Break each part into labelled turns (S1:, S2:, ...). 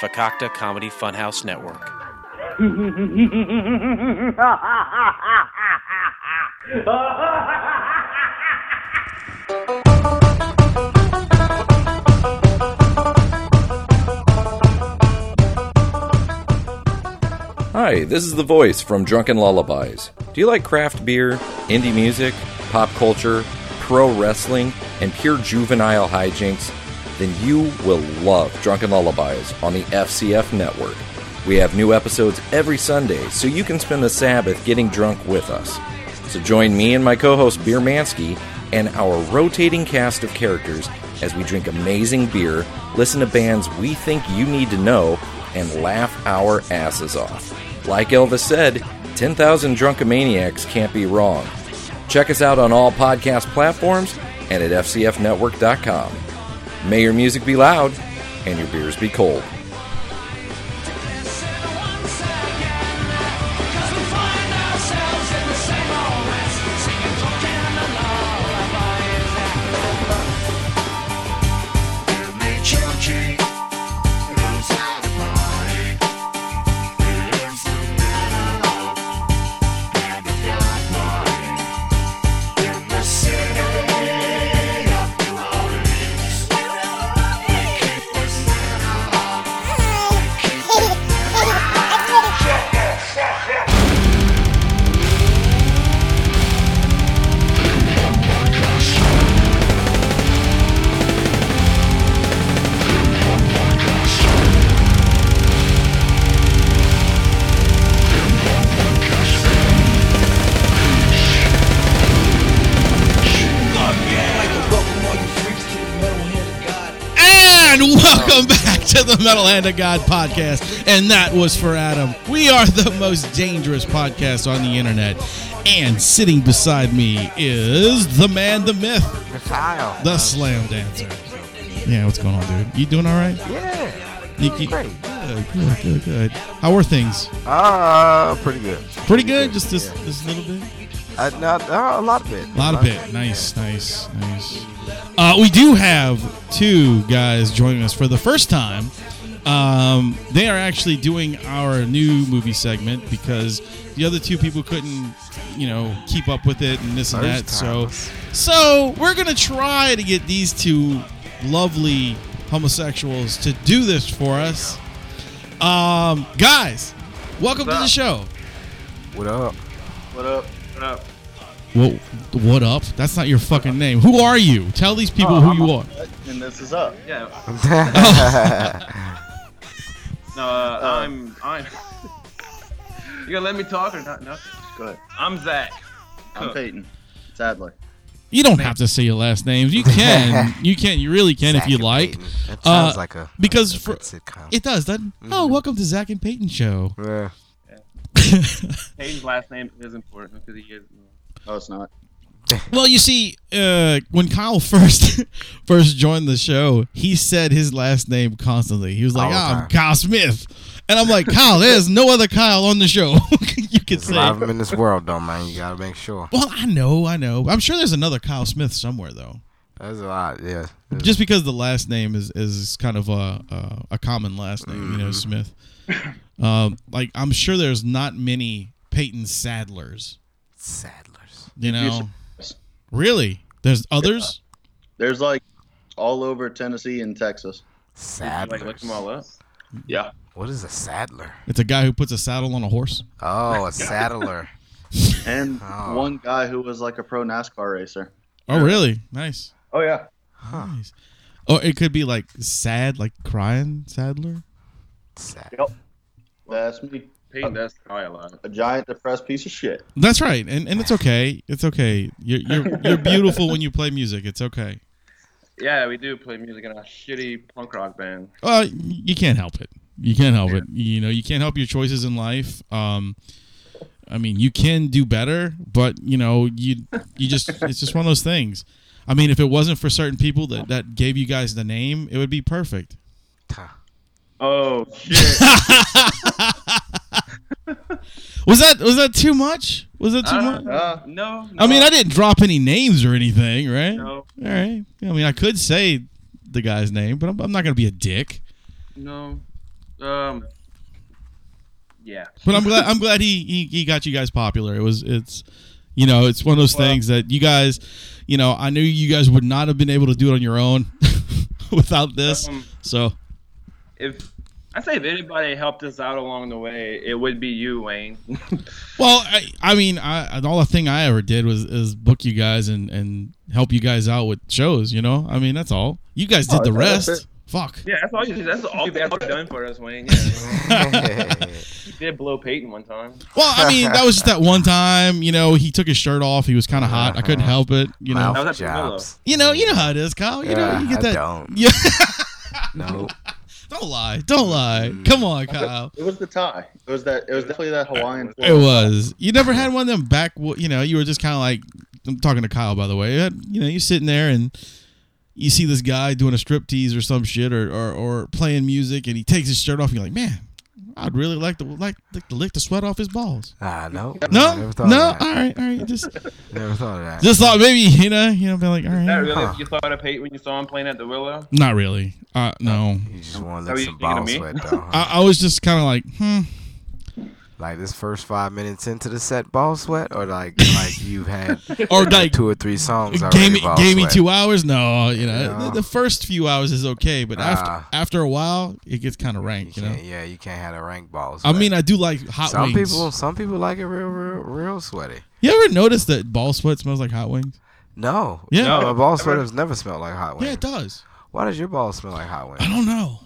S1: Fakakta Comedy Funhouse Network.
S2: Hi, this is the voice from Drunken Lullabies. Do you like craft beer, indie music, pop culture, pro wrestling, and pure juvenile hijinks? Then you will love Drunken Lullabies on the FCF network. We have new episodes every Sunday, so you can spend the Sabbath getting drunk with us. So join me and my co host Beer Mansky and our rotating cast of characters as we drink amazing beer, listen to bands we think you need to know, and laugh our asses off. Like Elvis said, 10,000 drunkomaniacs can't be wrong. Check us out on all podcast platforms and at FCFnetwork.com. May your music be loud and your beers be cold.
S3: And welcome back to the Metal Hand of God podcast. And that was for Adam. We are the most dangerous podcast on the internet. And sitting beside me is the man, the myth,
S4: Kyle.
S3: the slam dancer. Yeah, what's going on, dude? You doing all right?
S4: Yeah.
S3: You- you-
S4: Great.
S3: Good, good, good, good. How are things?
S4: Uh, pretty good.
S3: Pretty good. Just this,
S4: Yeah.
S3: this little bit.
S4: Uh, not, uh, a lot of it.
S3: A lot of it. Nice, nice, nice. Uh, we do have two guys joining us for the first time. Um, they are actually doing our new movie segment because the other two people couldn't, you know, keep up with it and this and that.
S4: First
S3: So,
S4: timers.
S3: so we're gonna try to get these two lovely homosexuals to do this for us. Um, guys, welcome to the show.
S4: What up?
S5: What up? What up?
S3: What, what up? That's not your fucking name. Who are you? Tell these people who you are.
S5: And this is up. Yeah. No, uh, I'm. I'm. you gonna let me talk or not? No.
S6: Go ahead.
S5: I'm Zach.
S6: I'm Peyton. Sadler.
S3: You don't have to say your last names. You can. you can. You really can if you like.
S4: It
S3: Uh,
S4: sounds like a
S3: because
S4: a
S3: for-
S4: good sitcom.
S3: It does, doesn't Oh, welcome to Zach and Peyton show.
S4: yeah.
S5: Peyton's last name is important because he is.
S6: No, it's not.
S3: Well, you see, uh, when Kyle first first joined the show, he said his last name constantly. He was like,
S4: All the
S3: "Ah,
S4: time.
S3: I'm Kyle Smith. And I'm like, Kyle, there's no other Kyle on the show. you could
S4: There's a
S3: say.
S4: lot of them in this world, though, man. You gotta make sure.
S3: Well, I know, I know. I'm sure there's another Kyle Smith somewhere though.
S4: There's a lot. Yeah. There's-
S3: Just because the last name is is kind of a a, a common last name, you know, Smith. Um, like I'm sure there's not many Peyton Sadlers.
S4: Saddlers.
S3: You know,
S6: surprised.
S3: really? There's others.
S6: There's like all over Tennessee and Texas.
S4: Saddlers.
S5: Like, look them all up. Yeah.
S4: What is a saddler?
S3: It's a guy who puts a saddle on a horse.
S4: Oh, a saddler.
S6: And
S4: Oh.
S6: one guy who was like a pro NASCAR racer.
S3: Oh, really? Nice.
S6: Oh, yeah.
S3: Nice. Oh, it could be like sad, like crying Sadler.
S4: Sad.
S6: That's me.
S5: Peyton does cry a lot.
S6: A giant depressed piece of shit.
S3: That's right, and and it's okay. It's okay. You're you're you're beautiful when you play music. It's okay.
S5: Yeah, we do play music in a shitty punk rock band.
S3: Uh, you can't help it. You can't help it. You know, you can't help your choices in life. Um, I mean, you can do better, but you know, you you just it's just one of those things. I mean, if it wasn't for certain people that that gave you guys the name, it would be perfect.
S5: Oh shit!
S3: Was that was that too much? Was that too much?
S5: uh, no, no.
S3: I mean, I didn't drop any names or anything, right?
S5: No.
S3: All right. I mean, I could say the guy's name, but I'm, I'm not gonna be a dick.
S5: No. Um. Yeah.
S3: But I'm glad I'm glad he, he he got you guys popular. It was it's you know it's one of those things that you guys you know I knew you guys would not have been able to do it on your own without this.
S5: Um,
S3: So
S5: if I say if anybody helped us out along the way, it would be you, Wayne.
S3: well I, I mean I all the thing I ever did was is book you guys and and help you guys out with shows. You know I mean that's all. You guys did the
S6: that's
S3: rest. Fuck.
S5: yeah, that's all you. That's all you've ever done for us, Wayne. Yeah. you did blow Peyton one time.
S3: Well, I mean, that was just that one time, you know, he took his shirt off. He was kind of hot. I couldn't help it, you know.
S5: That was
S4: Mouth
S5: at the Willow.
S4: jobs.
S3: You know, you know how it is, Kyle. You know, you
S4: Yeah,
S3: get
S4: I
S3: that.
S4: don't.
S3: Yeah,
S4: No.
S3: don't lie. Don't lie. Come on, Kyle.
S6: It was the tie. It was that. It was definitely that Hawaiian.
S3: It was. You never had one of them back, you know, you were just kind of like, I'm talking to Kyle, by the way. You had- You know, you're sitting there and you see this guy doing a striptease or some shit or, or, or playing music and he takes his shirt off and you're like, man, I'd really like to, like, to lick the sweat off his balls.
S4: Ah, no.
S3: No,
S4: Never
S3: no. All
S4: thought Of that.
S3: right, all right. Just,
S4: Never thought of that.
S3: just thought maybe, you know, you know, be like, all
S5: Is that
S3: right.
S5: really
S4: Huh.
S5: what you thought of Peyton when you saw him playing at the Willow?
S3: Not really. Uh, no.
S4: you just want to
S5: Are
S4: lick
S5: you
S4: some
S5: thinking of
S4: ball
S5: me?
S4: sweat, though. huh?
S3: I, I was just kind of like, hmm.
S4: like this first five minutes into the set, ball sweat, or like like you've had
S3: Or like,
S4: two or three songs
S3: it
S4: already.
S3: gave me
S4: ball
S3: gave me
S4: sweat.
S3: two hours. No, you know,
S4: Yeah.
S3: the, the first few hours is okay, but
S4: Ah.
S3: after after a while, it gets kind of rank. You know,
S4: Can't- yeah, you can't have a rank ball
S3: I
S4: sweat.
S3: mean, I do like hot
S4: some
S3: wings.
S4: people some people like it real real real sweaty.
S3: You ever notice that ball sweat smells like hot wings?
S4: No,
S3: Yeah.
S4: no, a ball sweat has never smelled like hot
S3: Yeah,
S4: wings.
S3: it does.
S4: Why does your ball smell like hot
S3: I
S4: wings?
S3: don't know.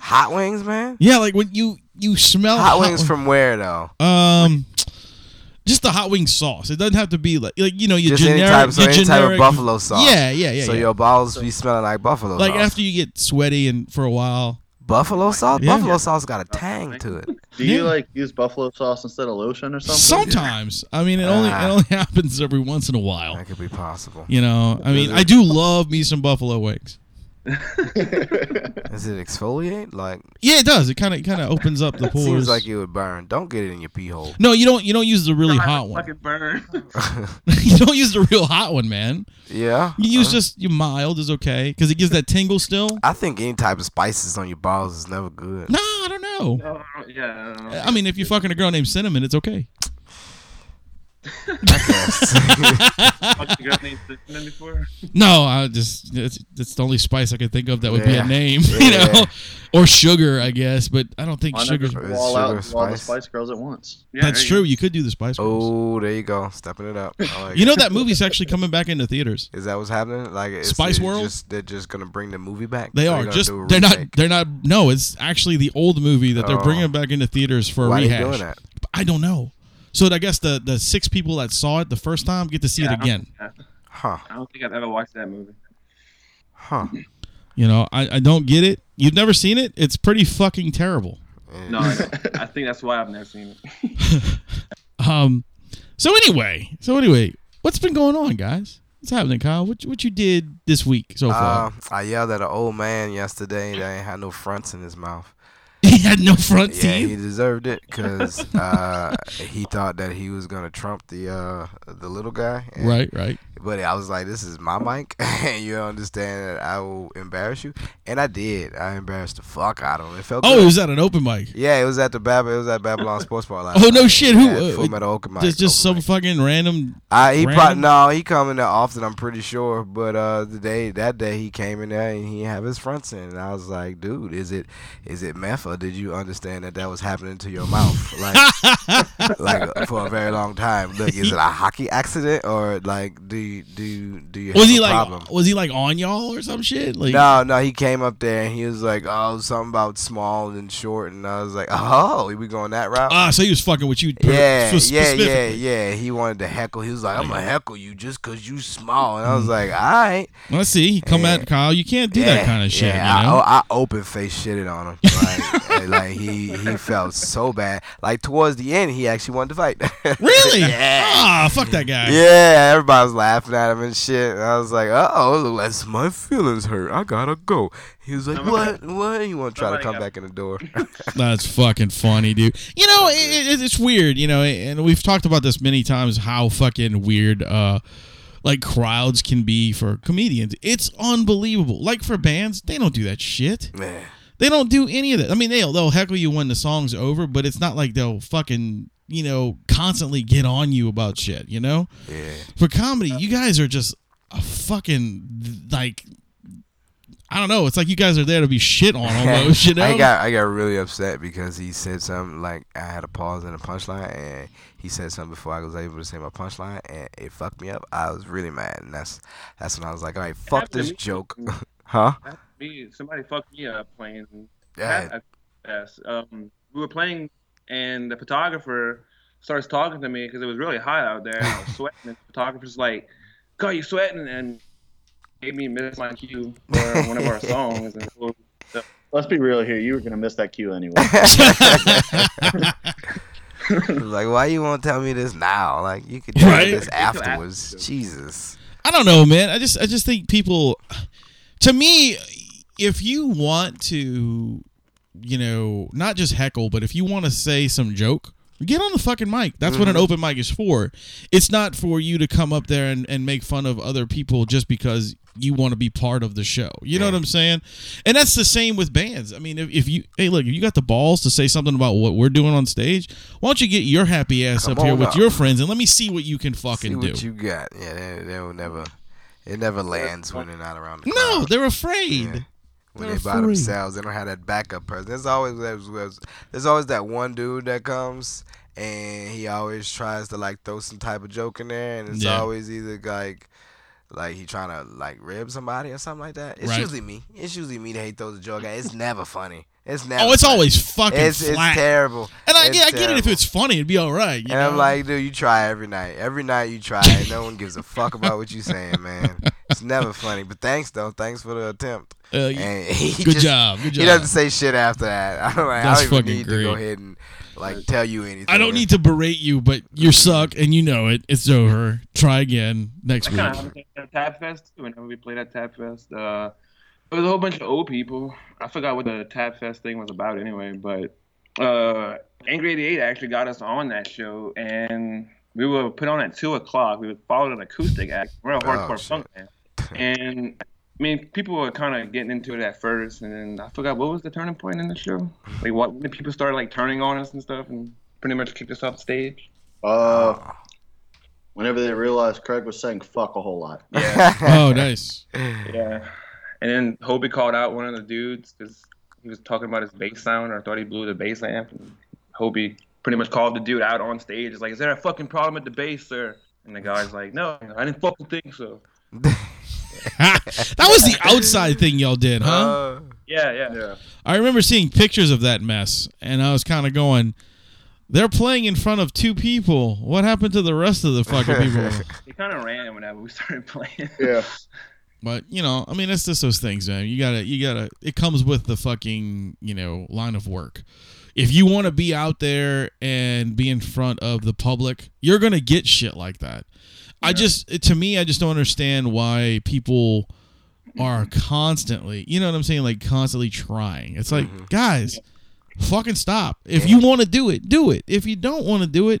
S4: Hot wings, man.
S3: Yeah, like when you you smell
S4: Hot wings
S3: wing-
S4: from where though?
S3: um. Just the hot wing sauce. It doesn't have to be like, like you know, your
S4: Just
S3: generic,
S4: any type, so
S3: your
S4: any type
S3: generic
S4: of buffalo sauce.
S3: Yeah, yeah, yeah.
S4: So
S3: yeah.
S4: your balls be smelling like buffalo
S3: like
S4: sauce.
S3: after you get sweaty and for a while,
S4: buffalo sauce,
S3: Yeah.
S4: buffalo sauce got a tang to it.
S6: Do
S3: Yeah.
S6: you like use buffalo sauce instead of lotion or something?
S3: Sometimes. I mean, it only it
S4: Ah.
S3: only happens every once in a while.
S4: That could be possible.
S3: You know, I mean, I do love me some buffalo wings.
S4: Does it exfoliate? Like
S3: Yeah, it does. It kind of kind of opens up the pores.
S4: seems like it would burn. Don't get it in your pee hole.
S3: no, you don't. You don't use the really hot one.
S5: Fucking burn.
S3: you don't use the real hot one, man.
S4: Yeah.
S3: You use
S4: Uh,
S3: just your mild is okay because it gives that tingle still.
S4: I think any type of spices on your balls is never good.
S3: Nah, I don't know.
S5: Oh, yeah. I don't know.
S3: I mean, if you're fucking a girl named Cinnamon, it's okay.
S4: I guess.
S5: Fucked a girl named Cinnamon before.
S3: No, I just it's, it's the only spice I could think of that would be
S4: Yeah.
S3: a name, you
S4: Yeah.
S3: know, or sugar, I guess. But I don't think
S6: Why not
S3: sugar.
S6: just
S4: It's
S6: wall out
S4: sugar
S6: and do all the
S4: spice.
S6: Spice Girls at once.
S5: Yeah,
S3: That's
S5: there
S3: true.
S5: You,
S3: You could do the spice. Girls.
S4: oh, there you go, stepping it up. I like
S3: You know
S4: it.
S3: that movie's actually coming back into theaters.
S4: is that what's happening? Like it's,
S3: Spice
S4: it's
S3: World?
S4: Just, they're just gonna bring the movie back.
S3: They
S4: They're
S3: are
S4: gonna
S3: just
S4: do a
S3: they're not
S4: remake?
S3: they're not no, it's actually the old movie that they're
S4: Oh.
S3: bringing back into theaters for a
S4: Why
S3: rehash.
S4: they doing that?
S3: I don't know. So I guess the the six people that saw it the first time get to see
S5: Yeah, I
S3: it
S5: don't-
S3: again.
S4: Huh?
S5: I don't think I've ever watched that movie.
S4: Huh?
S3: You know, I, I don't get it. You've never seen it? It's pretty fucking terrible.
S5: No, I, don't. I think that's why I've never seen it.
S3: Um so anyway, so anyway, what's been going on, guys? What's happening, Kyle? What you- what you did this week so far?
S4: Uh, I yelled at an old man yesterday that ain't had no fronts in his mouth.
S3: he had no front
S4: Yeah,
S3: teeth.
S4: he deserved it because uh, he thought that he was gonna trump the uh, the little guy. and
S3: right, right.
S4: But I was like, this is my mic, and you don't understand that I will embarrass you. And I did. I embarrassed the fuck out of him. It felt
S3: Oh,
S4: good.
S3: it was at an open mic.
S4: yeah, it was at the Bab- it was at Babylon Sports Bar last
S3: Oh no
S4: night.
S3: shit, who uh,
S4: Yeah, Full Metal Alchemist
S3: just just
S4: open
S3: some
S4: mic.
S3: fucking random
S4: I, he probably
S3: random-
S4: no, he come in there often. I'm pretty sure, but uh, the day that day he came in there and he have his fronts in, and I was like, dude, is it is it meth or did you understand that that was happening to your mouth like like for a very long time? Look, is it a hockey accident or like do you, do you- do you have
S3: Was he
S4: a
S3: like
S4: problem?
S3: was he like on y'all or some shit? Like
S4: No, no, he came up there and he was like, "Oh, something about small and short," and I was like, "Oh, we going that route?"
S3: Ah, so he was fucking with you. per-
S4: yeah,
S3: spe-
S4: yeah, yeah,
S3: specifically.
S4: yeah. He wanted to heckle. He was like, "I'm gonna heckle you just 'cause you small," and I was like, "All right."
S3: Let's see. He come at Kyle. You can't do Mm-hmm. that
S4: Yeah,
S3: kind of shit.
S4: Yeah, oh,
S3: you know?
S4: I, I open face shitted on him. Like, and, like, he he felt so bad. Like towards the end, he actually wanted to fight.
S3: really?
S4: yeah.
S3: Ah, fuck that guy.
S4: Yeah, everybody was laughing at him and shit. And I was like, uh oh, that's my feelings hurt. I gotta go. He was like, what? What? You want to try to
S5: Somebody
S4: come
S5: got-
S4: back in the door?
S3: That's fucking funny, dude. You know, it, it, it's weird. You know, and we've talked about this many times. How fucking weird. Uh, like crowds can be for comedians. It's unbelievable. Like for bands, they don't do that shit.
S4: Man.
S3: They don't do any of that. I mean, they'll they'll heckle you when the song's over, but it's not like they'll fucking you know constantly get on you about shit. You know,
S4: Yeah.
S3: for comedy, you guys are just a fucking like. I don't know. It's like you guys are there to be shit on almost, you know.
S4: I got I got really upset because he said something like I had a pause in the punchline and he said something before I was able to say my punchline and it fucked me up. I was really mad and that's that's when I was like, all right, fuck
S5: happened to
S4: this
S5: me.
S4: joke, huh?
S5: me, somebody fucked me up playing.
S4: Yeah.
S5: Yes. Um, we were playing, and the photographer starts talking to me because it was really hot out there. And I was sweating. And the photographer's like, "God, you sweating?" and gave me miss my cue for one of our songs. And so
S6: Let's be real here. You were gonna miss that cue anyway.
S4: like, why you won't tell me this now? Like, you could tell me
S3: Right.
S4: this afterwards.
S5: afterwards.
S4: Jesus.
S3: I don't know, man. I just I just think people to me if you want to you know, not just heckle, but if you want to say some joke, get on the fucking mic. That's what an
S4: Mm-hmm.
S3: open mic is for. It's not for you to come up there and, and make fun of other people just because you want to be part of the show. You know what I'm saying? And that's the same with bands. I mean, if, if you, hey, look, if you got the balls to say something about what we're doing on stage, why don't you get your happy ass
S4: Come
S3: up here
S4: on
S3: with
S4: up.
S3: your friends and let me see what you can
S4: See
S3: fucking do.
S4: what you got. Yeah, they, they will never. It never lands when they're not around. The
S3: No,
S4: crowd.
S3: they're afraid.
S4: Yeah. when
S3: they're
S4: they by
S3: free.
S4: themselves, they don't have that backup person. There's always there's, there's- there's always that one dude that comes and he always tries to like throw some type of joke in there, and it's
S3: Yeah.
S4: always either like like he trying to like rib somebody or something like that. It's
S3: Right.
S4: usually me. It's usually me that he throws a joke at. It's never funny. It's never.
S3: Oh, it's
S4: funny.
S3: always fucking
S4: It's, it's
S3: flat.
S4: terrible.
S3: and I,
S4: It's
S3: yeah, I get it if
S4: terrible.
S3: it's funny, it'd be all right. you
S4: And I'm
S3: know?
S4: like, dude, you try every night. Every night you try, and no one gives a fuck about what you saying, man. It's never funny. But thanks though, thanks for the attempt.
S3: Uh,
S4: And he
S3: good
S4: just-
S3: job, good
S4: He
S3: job.
S4: doesn't say shit after that. I'm like,
S3: That's
S4: I don't even
S3: fucking
S4: need to go
S3: great.
S4: ahead and like tell you anything.
S3: I don't need to berate you, but you suck and you know it. It's over. Try again next
S5: I
S3: week.
S5: kind of happened at Tab Fest too. Whenever we played at Tab Fest, uh, there was a whole bunch of old people. I forgot what the Tab Fest thing was about anyway, but uh, Angry 88 actually got us on that show, and we were put on at 2 o'clock. We followed an acoustic act. We're a hardcore
S4: shit.
S5: funk band. And, I mean, people were kind of getting into it at first, and then I forgot what was the turning point in the show? Like, what, when did people started like, turning on us and stuff and pretty much kicked us off stage?
S6: Uh, whenever they realized Craig was saying fuck a whole lot.
S3: oh, nice.
S5: Yeah. And then Hobie called out one of the dudes because he was talking about his bass sound, or I thought he blew the bass amp. And Hobie pretty much called the dude out on stage. He's like, Is there a fucking problem at the bass, sir? And the guy's like, No, I didn't fucking think so.
S3: that was the outside thing y'all did, huh?
S4: Uh,
S5: Yeah, yeah.
S6: Yeah.
S3: I remember seeing pictures of that mess, and I was kind of going, "They're playing in front of two people. What happened to the rest of the fucking people?"
S5: He kind of ran whenever we started playing.
S6: Yeah.
S3: But you know, I mean, it's just those things, man. You gotta, you gotta. It comes with the fucking, you know, line of work. If you want to be out there and be in front of the public, you're gonna get shit like that. I just, to me, I just don't understand why people are constantly, you know what I'm saying, like constantly trying. It's like, guys, fucking stop. If you want to do it, do it. If you don't want to do it,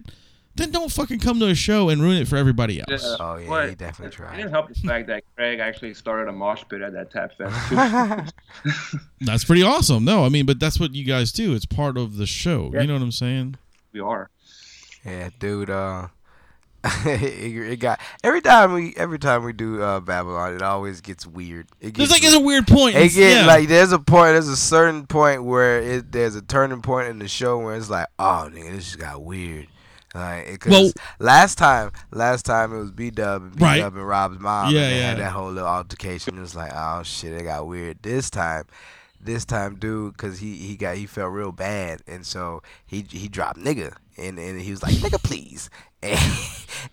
S3: then don't fucking come to a show and ruin it for everybody else.
S4: Oh, yeah,
S5: Uh, But
S4: he definitely
S5: It
S4: tried.
S5: didn't help the fact that Craig actually started a mosh pit at that tap fest. Too.
S3: That's pretty awesome. No, I mean, but that's what you guys do. It's part of the show. You know what I'm saying?
S5: we are.
S4: yeah, dude. Uh, it, it got every time we every time we do uh, Babylon, it always gets weird. It
S3: There's
S4: gets
S3: like
S4: weird.
S3: it's a weird point.
S4: It
S3: It's-
S4: get
S3: yeah.
S4: like there's a point, there's a certain point where it there's a turning point in the show where it's like, oh nigga, this just got weird. Like, it, 'cause
S3: Well-
S4: last time, last time it was B Dub and B Dub
S3: Right.
S4: and Rob's mom.
S3: Yeah,
S4: and they had
S3: yeah.
S4: that whole little altercation. It was like, oh shit, it got weird. This time, this time, dude, cause he he got he felt real bad, and so he he dropped nigga, and and he was like nigga please, and,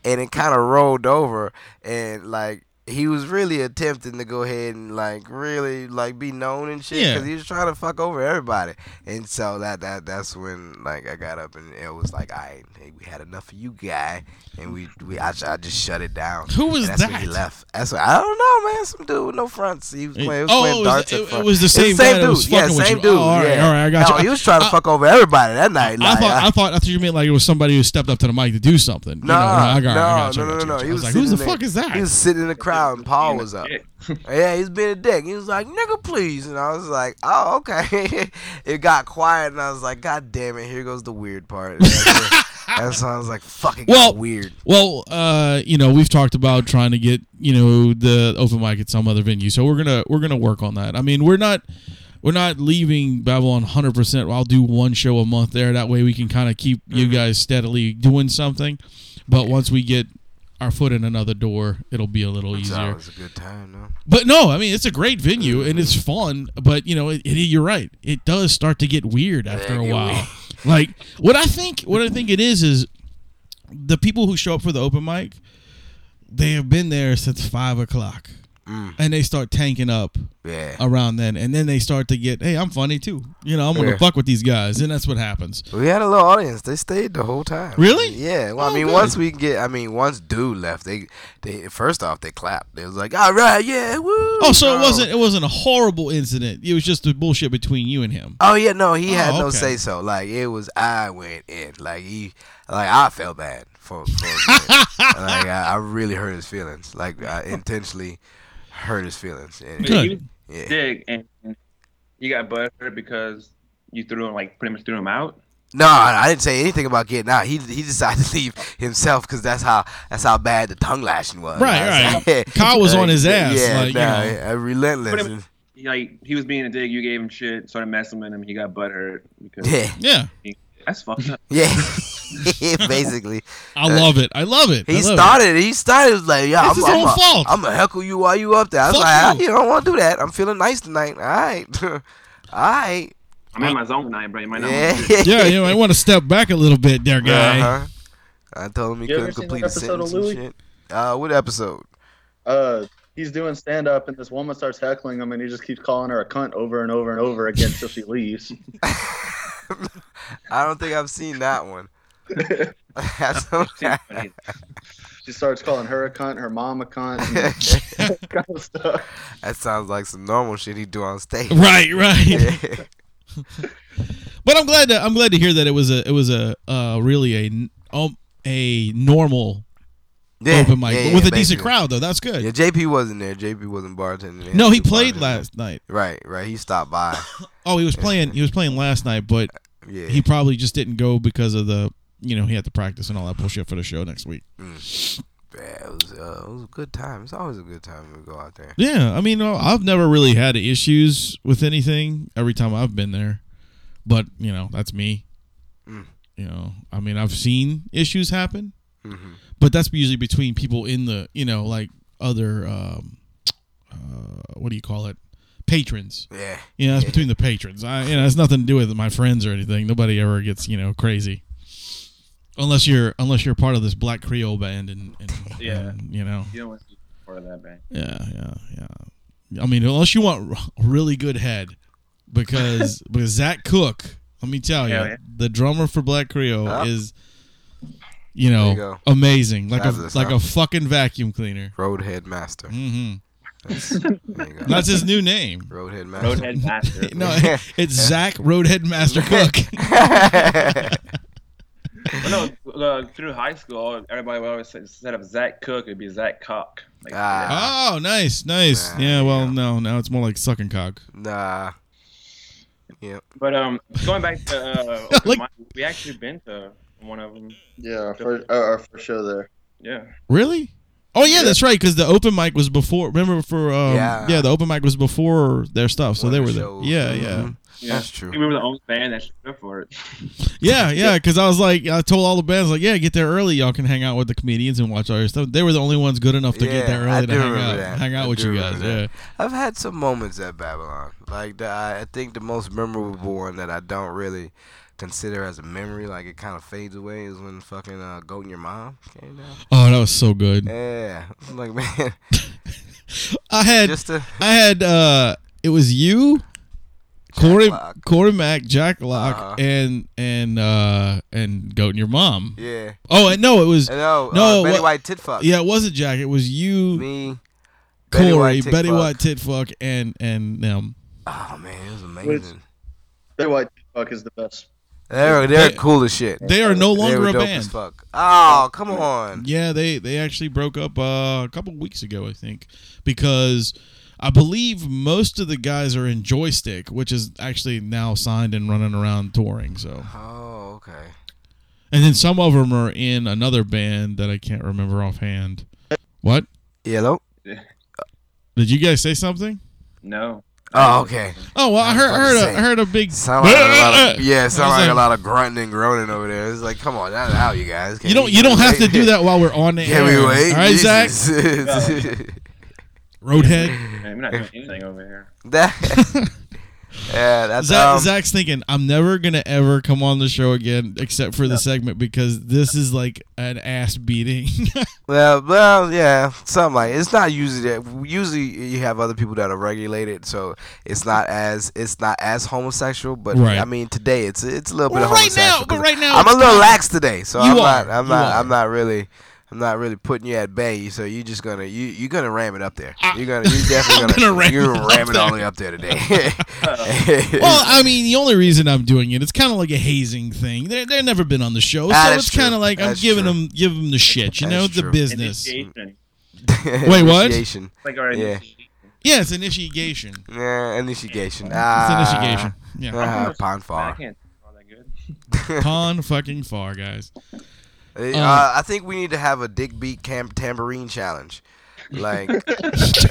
S4: and it kind of rolled over, and like he was really attempting to go ahead and like really like be known and shit
S3: Yeah.
S4: because he was trying to fuck over everybody. And so that that that's when like I got up and it was like, all right, hey, we had enough of you, guy, and we we I, I just shut it down.
S3: Who was
S4: And that's When he
S3: that?
S4: left. That's what, I don't know, man. Some dude with no fronts. He was
S3: Hey,
S4: playing. He was
S3: oh,
S4: playing
S3: it was-
S4: darts
S3: it-
S4: at
S3: it
S4: front.
S3: was the
S4: It's
S3: same guy that was
S4: yeah,
S3: fucking with
S4: same
S3: you.
S4: dude.
S3: Oh, all right,
S4: yeah.
S3: all right, I got
S4: No,
S3: you.
S4: he was trying to fuck over everybody that night.
S3: I
S4: like,
S3: thought I thought I thought you meant like it was somebody who stepped up to the mic to do something.
S4: no,
S3: you know, I got, I
S4: no,
S3: got you, I
S4: no, no,
S3: got you, I
S4: no,
S3: got
S4: He
S3: you. I
S4: was
S3: was like, who the
S4: sitting in-
S3: fuck is that?
S4: He was sitting in the crowd and Paul was up.
S5: Dick.
S4: Yeah, he's being a dick. He was like, nigga, please. And I was like, oh, okay. it got quiet, and I was like, God damn it, here goes the weird part. That's it. That's why I was like, fucking
S3: Well-
S4: weird.
S3: Well, uh, you know, we've talked about trying to get you know the open mic at some other venue, so we're gonna we're gonna work on that. I mean, we're not we're not leaving Babylon hundred percent. I'll do one show a month there. That way, we can kind of keep
S4: Mm-hmm.
S3: you guys steadily doing something. But once we get our foot in another door, it'll be a little
S4: So it
S3: easier.
S4: was a good time, though.
S3: But no, I mean it's a great venue and it's fun. But you know, it, it, you're right. It does start to get weird after a while. like what I think, what I think it is is the people who show up for the open mic, they have been there since five o'clock,
S4: Mm.
S3: and they start tanking up
S4: Yeah.
S3: around then, and then they start to get, hey, I'm funny too. You know, I'm gonna
S4: Yeah.
S3: fuck with these guys, and that's what happens.
S4: We had a little audience. They stayed the whole time.
S3: Really?
S4: Yeah. Well,
S3: Oh,
S4: I mean,
S3: good.
S4: once we get, I mean, once dude left, they, they first off they clapped. They was like, all right, yeah, woo.
S3: Oh, so it wasn't it wasn't a horrible incident. It was just the bullshit between you and him.
S4: Oh yeah, no, he had
S3: Oh,
S4: no
S3: okay.
S4: say so. Like it was I went in. Like he, like I felt bad for. for him. like I, I really hurt his feelings. Like I intentionally hurt his feelings. And,
S3: Good.
S5: You
S4: Yeah.
S5: dick, and you got butthurt because you threw him like pretty much threw him out.
S4: No, I I didn't say anything about getting out. He he decided to leave himself because that's how that's how bad the tongue lashing was.
S3: Right,
S4: I was
S3: right.
S4: like-
S3: Kyle was on his ass,
S4: Yeah,
S3: like, you
S4: nah,
S3: know.
S4: uh, relentless.
S5: Pretty much- He, like he was being a dick, you gave him shit, started messing with him, he got butthurt because
S4: Yeah,
S3: Yeah,
S5: that's fucked up.
S4: yeah. Basically,
S3: I love it. I love it.
S4: Uh, He
S3: I love it.
S4: started. He started was like, "Yeah, I'm,
S3: It's his
S4: I'm,
S3: own fault.
S4: I'm gonna heckle you while you up there." I was
S3: Fuck
S4: like,
S3: you.
S4: "I- "You don't want to do that. I'm feeling nice tonight. All right, all right."
S5: I'm in my zone tonight, bro. You might not want
S4: Yeah,
S5: to do it.
S3: yeah, you might want to step back a little bit there, guy.
S4: Uh-huh. I told him he
S6: You ever
S4: couldn't
S6: seen that
S4: complete a
S6: episode of
S4: sentence and
S6: Louis?
S4: shit. Uh, what episode?
S6: Uh, he's doing stand up, and this woman starts heckling him, and he just keeps calling her a cunt over and over and over again till she leaves.
S4: I don't think I've seen that one. That's
S5: But
S6: She starts calling her a cunt, her mom a cunt, and all kind of stuff.
S4: that sounds like some normal shit he do on stage.
S3: Right, right.
S4: Yeah.
S3: But I'm glad to I'm glad to hear that it was a it was a uh, really a n- um, a normal
S4: Yeah,
S3: open mic
S4: yeah,
S3: but
S4: yeah,
S3: with a
S4: basically.
S3: decent crowd though. That's good.
S4: Yeah, JP wasn't there. JP wasn't bartending.
S3: no, he
S4: was
S3: played
S4: bartending.
S3: last night.
S4: Right, right. He stopped by.
S3: Oh, he was playing he was playing last night, but
S4: Yeah.
S3: he probably just didn't go because of the you know he had to practice and all that bullshit for the show next week.
S4: Yeah, it was, uh, it was a good time. It's always a good time when we go out there.
S3: Yeah, I mean uh, I've never really had issues with anything every time I've been there, but you know that's me. You know, I mean I've seen issues happen,
S4: hmm
S3: but that's usually between people in the you know like other um uh what do you call it patrons
S4: Yeah,
S3: you know it's between the patrons i you know it's nothing to do with my friends or anything nobody ever gets you know crazy unless you're unless you're part of this black creole band and, and
S5: Yeah.
S3: and, you know
S5: you don't want to be part of that, man.
S3: yeah yeah yeah i mean unless you want r- really good head because because zach cook let me tell you
S5: Hell yeah. Uh-huh.
S3: the drummer for black creole
S4: Huh?
S3: is you
S4: you
S3: know
S4: go.
S3: amazing like
S4: Fabulous,
S3: a like
S4: huh?
S3: a fucking vacuum cleaner
S4: Roadhead Master.
S3: hmm
S4: There you go.
S3: That's his new name.
S4: Roadhead Master.
S5: Roadhead master.
S3: No, it's Zach Roadhead Master Cook.
S5: Well, no, uh, through high school, everybody would always say instead of Zach Cook, it'd be Zach Cock. Like,
S4: Ah.
S3: Oh, nice, nice.
S4: Ah,
S3: Yeah, well,
S4: yeah.
S3: no, now it's more like sucking cock.
S4: nah.
S5: But um, going back to uh, open
S3: Like-
S5: mic, we actually been to one of them.
S6: Yeah, our first, our our first show there.
S5: Yeah,
S3: Really? Oh yeah, that's right. Because the open mic was before. Remember for um, yeah.
S4: Yeah.
S3: the open mic was before their stuff, so
S4: One
S3: they
S4: of
S3: were
S4: the
S3: there.
S4: shows.
S3: Yeah, yeah,
S4: Mhm.
S5: yeah.
S4: That's
S5: I
S4: true.
S5: think we were the only band that showed up for it.
S3: yeah, yeah. Because I was like, I told all the bands like, yeah, get there early. Y'all can hang out with the comedians and watch all your stuff. They were the only ones good enough to get
S4: Yeah,
S3: there
S4: I
S3: early to
S4: do
S3: hang
S4: remember
S3: out,
S4: that.
S3: hang out
S4: I
S3: with
S4: do
S3: you guys.
S4: remember
S3: Yeah.
S4: that. I've had some moments at Babylon. Like the, I I think the most memorable one that I don't really consider as a memory, like it kind of fades away, is when fucking uh, Go and Your Mom came down.
S3: Oh, that was so good.
S4: Yeah, I'm like man,
S3: I had
S4: Just to
S3: I had uh it was you, Corey
S4: Lock. Uh-huh.
S3: Corey Mack, Jack Locke, and and uh and Goat and your mom.
S4: yeah.
S3: Oh and no, it was
S4: And No,
S3: No,
S4: uh, Betty
S3: what-
S4: White titfuck.
S3: yeah, it wasn't Jack. It was you,
S4: Me. Betty
S3: Corey,
S4: White tit
S3: Betty
S4: fuck.
S3: White, Titfuck, and and them.
S4: Oh man, it was amazing.
S6: Betty White fuck is the best.
S4: They're they're
S3: They-
S4: cool as shit.
S3: They are no
S4: They
S3: longer
S4: were
S3: a
S4: dope
S3: band.
S4: as fuck. Oh come on.
S3: Yeah, they they actually broke up uh, a couple weeks ago, I think, because I believe most of the guys are in Joystick, which is actually now signed and running around touring. So,
S4: Oh okay.
S3: and then some of them are in another band that I can't remember offhand. What
S4: Yellow.
S3: did you guys say something?
S5: No.
S4: Oh okay.
S3: Oh well, I heard I heard a, I heard a big
S4: Sound like a lot of yeah.
S3: I
S4: Sound
S3: was
S4: like,
S3: like-
S4: a lot of grunting and groaning over there. It's like come on, that's out you guys. Can
S3: you don't you don't have to do that while we're on the
S4: Can
S3: air.
S4: we wait?
S3: All right, Zach
S4: Jesus.
S3: Roadhead.
S5: Man, we're not doing anything over here.
S4: that. Yeah, that's
S3: Zach,
S4: um,
S3: Zach's thinking I'm never gonna ever come on the show again except for the segment because this is like an ass beating.
S4: Well, well, yeah, something like it's not usually that. Usually, you have other people that are regulated, so it's not as it's not as homosexual. But
S3: Right.
S4: I mean, today it's it's a little
S3: Well,
S4: bit of
S3: right now-
S4: homosexual.
S3: but
S4: 'cause
S3: right now
S4: I'm a
S3: it's
S4: little
S3: not-
S4: lax today, so
S3: You
S4: I'm not.
S3: are,
S4: I'm
S3: you
S4: not.
S3: are.
S4: I'm not really. I'm not really putting you at bay, so you're just gonna you you're gonna ram it up there.
S3: I-
S4: You're gonna you're definitely
S3: I'm
S4: gonna,
S3: Ah. gonna ram
S4: you're
S3: it
S4: gonna
S3: up
S4: ram it all the way
S3: there.
S4: up there today.
S3: well, I mean, the only reason I'm doing it, it's kind of like a hazing thing. They're they've never been on the show,
S4: Ah,
S3: so
S4: that's
S3: it's kind
S4: true.
S3: of like I'm
S4: That's
S3: giving
S4: true.
S3: them give them the shit. You
S4: That's
S3: know, the
S4: true.
S3: business.
S5: Initiation.
S3: Wait, what?
S4: Initiation.
S5: It's like our
S4: Yeah.
S5: initiation.
S3: Yeah, it's initiation. It's
S4: Yeah, initiation.
S3: initiation.
S4: Ah,
S3: Yeah,
S4: Ah, pond
S5: I
S4: fall.
S5: can't do all that good.
S3: con fucking far, guys.
S4: Uh,
S3: Um,
S4: uh, I think we need to have a dick beat cam- tambourine challenge, like,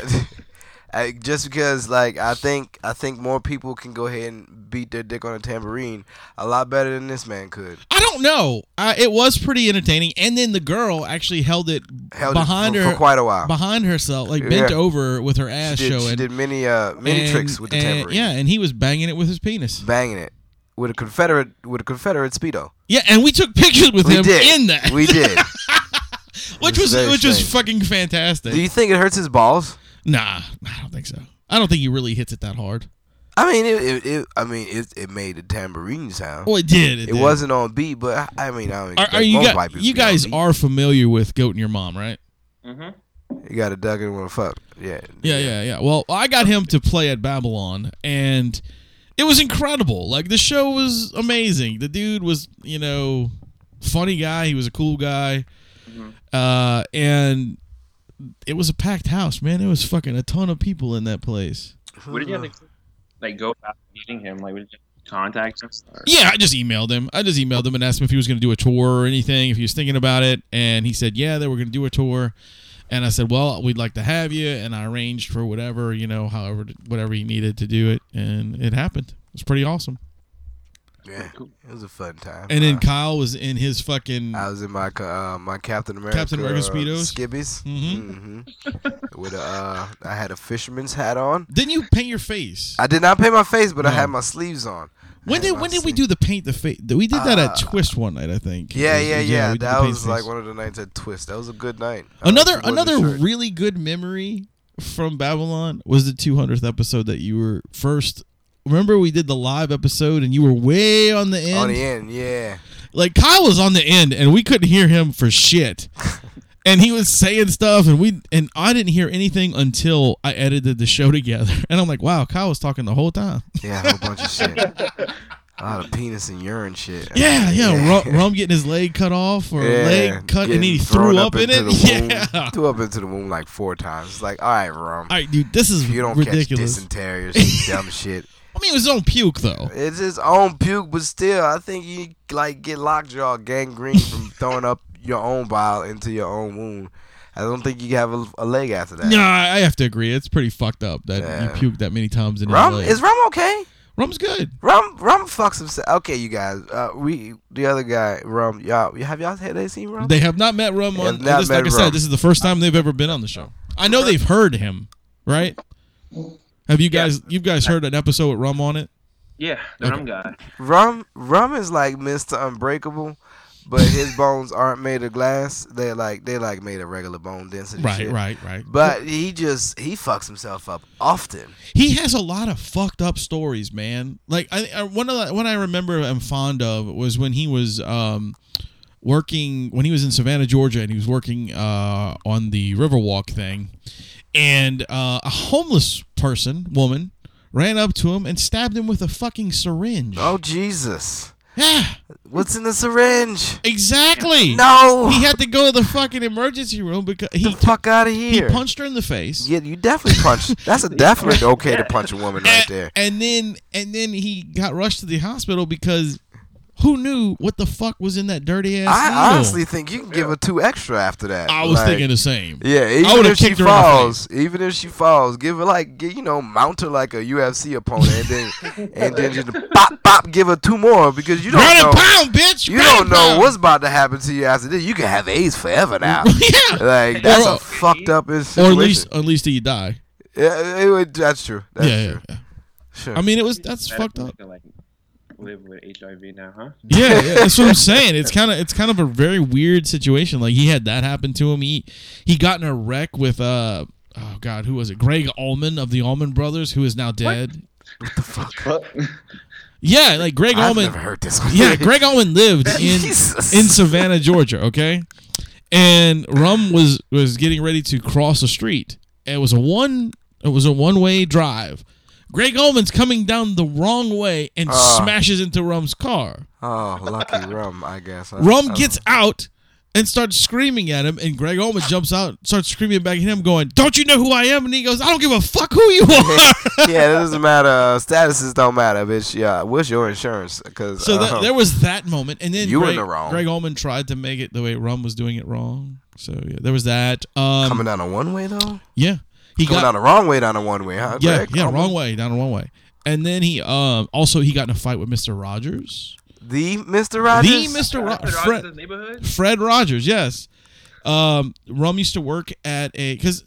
S4: I, just because like I think I think more people can go ahead and beat their dick on a tambourine a lot better than this man could.
S3: I don't know. Uh, it was pretty entertaining, and then the girl actually held it
S4: Held it
S3: behind
S4: for,
S3: her
S4: for quite a while.
S3: behind herself, like bent
S4: Yeah.
S3: over with her ass
S4: she, did, she
S3: showing.
S4: did many uh many
S3: and-
S4: tricks with the
S3: and-
S4: tambourine.
S3: Yeah, and he was banging it with his penis.
S4: banging it with a Confederate with a Confederate speedo.
S3: Yeah, and we took pictures with
S4: We
S3: him
S4: did.
S3: in that,
S4: We did.
S3: which
S4: It
S3: was
S4: was very
S3: which was
S4: strange.
S3: fucking fantastic.
S4: Do you think it hurts his balls?
S3: Nah, I don't think so. I don't think he really hits it that hard.
S4: I mean, it, it, it I mean, it, it made a tambourine sound.
S3: Well, it did. It,
S4: It
S3: did.
S4: wasn't on beat, but I I mean, I don't
S3: Are, are
S4: expect
S3: you
S4: most
S3: guys,
S4: white people
S3: you
S4: to be on
S3: guys
S4: beat.
S3: are familiar with Goat and your mom, right?
S5: Mm-hmm.
S4: You got a duck and want to fuck. Yeah.
S3: Yeah, yeah, yeah. Well, I got him to play at Babylon, and it was incredible. Like the show was amazing. The dude was, you know, funny guy. He was a cool guy, uh, and it was a packed house, man. It was fucking a ton of people in that place.
S5: What did you have to like go about meeting him? Like, would you contact him? Or-
S3: Yeah, I just emailed him. I just emailed him and asked him if he was going to do a tour or anything, if he was thinking about it. And he said, yeah, they were going to do a tour. And I said, well, we'd like to have you. And I arranged for whatever, you know, however, whatever he needed to do it. And it happened. It was pretty awesome.
S4: Yeah. It was a fun time.
S3: And then
S4: Uh,
S3: Kyle was in his fucking.
S4: I was in my ca- uh, my Captain America
S3: Captain America
S4: uh,
S3: Speedos?
S4: skibbies.
S3: Mhm.
S4: Mhm. With a, uh, I had a fisherman's hat on.
S3: Didn't you paint your face?
S4: I did not paint my face, but I
S3: No.
S4: had my sleeves on. I
S3: When
S4: had
S3: did
S4: my
S3: when did we
S4: sleeve-
S3: do the paint the face? We did that at Twist one night, I think.
S4: Uh, Yeah,
S3: It was-
S4: yeah, yeah.
S3: we did the
S4: That
S3: paint
S4: was
S3: the
S4: like
S3: face.
S4: one of the nights at Twist. That was a good night. I
S3: Another
S4: actually wore the
S3: another
S4: shirt.
S3: really good memory from Babylon was the 200th episode that you were first. Remember we did the live episode and you were way on the end.
S4: on the end, yeah.
S3: Like Kyle was on the end and we couldn't hear him for shit. and he was saying stuff and we and I didn't hear anything until I edited the show together. And I'm like, wow, Kyle was talking the whole time.
S4: Yeah, a whole bunch of shit. A lot of penis and urine shit.
S3: Yeah, yeah. Rum, Rum getting his leg cut off or leg cut and
S4: getting
S3: then he
S4: thrown
S3: threw up, in
S4: into
S3: it.
S4: the womb-
S3: Yeah.
S4: threw up into the womb like four times. It's like, all right, Rum,
S3: All right, dude, this is
S4: if you don't catch
S3: ridiculous.
S4: dysentery or some dumb shit.
S3: I mean, it was on puke though.
S4: It's his own puke, but still, I think you like get lockjaw gangrene from throwing up your own bile into your own wound. I don't think you have a, a leg after that.
S3: No, I I have to agree. It's pretty fucked up that
S4: Yeah.
S3: you puke that many times in
S4: Rum
S3: LA.
S4: is Rum okay?
S3: Rum's good.
S4: Rum Rum fucks himself. Okay, you guys. Uh, we the other guy Rum. Y'all have y'all have they seen Rum?
S3: They have not met Rum
S4: They have
S3: on
S4: not
S3: this. Like
S4: met
S3: I said,
S4: Rum.
S3: this is the first time they've ever been on the show. I know they've heard him, right? Have you guys? You guys heard an episode with Rum on it?
S5: Yeah, the rum guy.
S4: Rum Rum is like Mister Unbreakable, but his bones aren't made of glass. They're like they like made of regular bone density.
S3: Right,
S4: shit.
S3: right, right.
S4: But he just he fucks himself up often.
S3: he has a lot of fucked up stories, man. Like I, I one of the, one I remember I'm fond of was when he was um, working when he was in Savannah, Georgia, and he was working uh, on the Riverwalk thing, and uh, a homeless person woman ran up to him and stabbed him with a fucking syringe.
S4: Oh Jesus!
S3: Yeah,
S4: What's in the syringe?
S3: exactly.
S4: No,
S3: He had to go to the fucking emergency room because he
S4: the fuck out of
S3: he
S4: here.
S3: punched her in the face.
S4: yeah, you definitely punch. That's a definitely okay to punch a woman right
S3: A-
S4: there.
S3: And then and then he got rushed to the hospital because who knew what the fuck was in that dirty ass needle?
S4: I honestly think you can give her two extra after that.
S3: I was
S4: Like,
S3: thinking the same.
S4: Yeah, even
S3: would've
S4: if she
S3: kicked her in the
S4: falls, even if she falls, give her like gi- you know, mount her like a UFC opponent, and then and then just pop pop, give her two more because you don't
S3: Ground
S4: know
S3: and pound, bitch.
S4: you
S3: Ground
S4: don't
S3: and
S4: know
S3: pound.
S4: what's about to happen to you after this. You can have AIDS forever now.
S3: yeah.
S4: Like that's
S3: Or-
S4: a fucked up situation.
S3: Or at least at least till you die.
S4: yeah, it would- that's true. That's
S3: yeah, yeah,
S4: true.
S3: yeah.
S4: Sure.
S3: I mean, it was that's
S5: Medical
S3: fucked up.
S5: to, like, live with HIV now, huh?
S3: Yeah, yeah, that's what I'm saying. It's kind of it's kind of a very weird situation. Like he had that happen to him. He he got in a wreck with uh oh god, who was it? Greg Allman of the Allman Brothers, who is now dead.
S6: But
S3: Yeah, like Greg
S4: I've
S3: Allman.
S4: never heard this. One.
S3: Yeah, Greg Owen lived in
S4: Jesus.
S3: in Savannah, Georgia. Okay, and Rum was was getting ready to cross the street. It was a one it was a one way drive. Greg Owen's coming down the wrong way and
S4: Ah.
S3: smashes into Rum's car.
S4: Oh, lucky rum, I guess. I-
S3: Rum
S4: I-
S3: gets out and starts screaming at him, and Greg Owen jumps out, and starts screaming back at him, going, "Don't you know who I am?" And he goes, "I don't give a fuck who you are."
S4: yeah, it doesn't matter. Statuses don't matter, bitch. Yeah, what's your insurance? uh, Because
S3: So that, there was that moment, and then
S4: Uh-huh. You were
S3: Greg,
S4: in the wrong.
S3: Greg Allman tried to make it the way Rum was doing it wrong. So yeah, there was that. Um,
S4: coming down a one way though.
S3: yeah, he
S4: Coming
S3: got
S4: down the wrong way, down the one way, huh?
S3: yeah
S4: Greg?
S3: yeah
S4: Come
S3: wrong
S4: on.
S3: way down the wrong way, and then he um also he got in a fight with Mister Rogers,
S4: The Mister Rogers.
S3: the Mister Ro-
S5: Doctor Rogers'
S3: Fred
S5: neighborhood.
S3: Fred Rogers. Yes, um, Rum used to work at a because.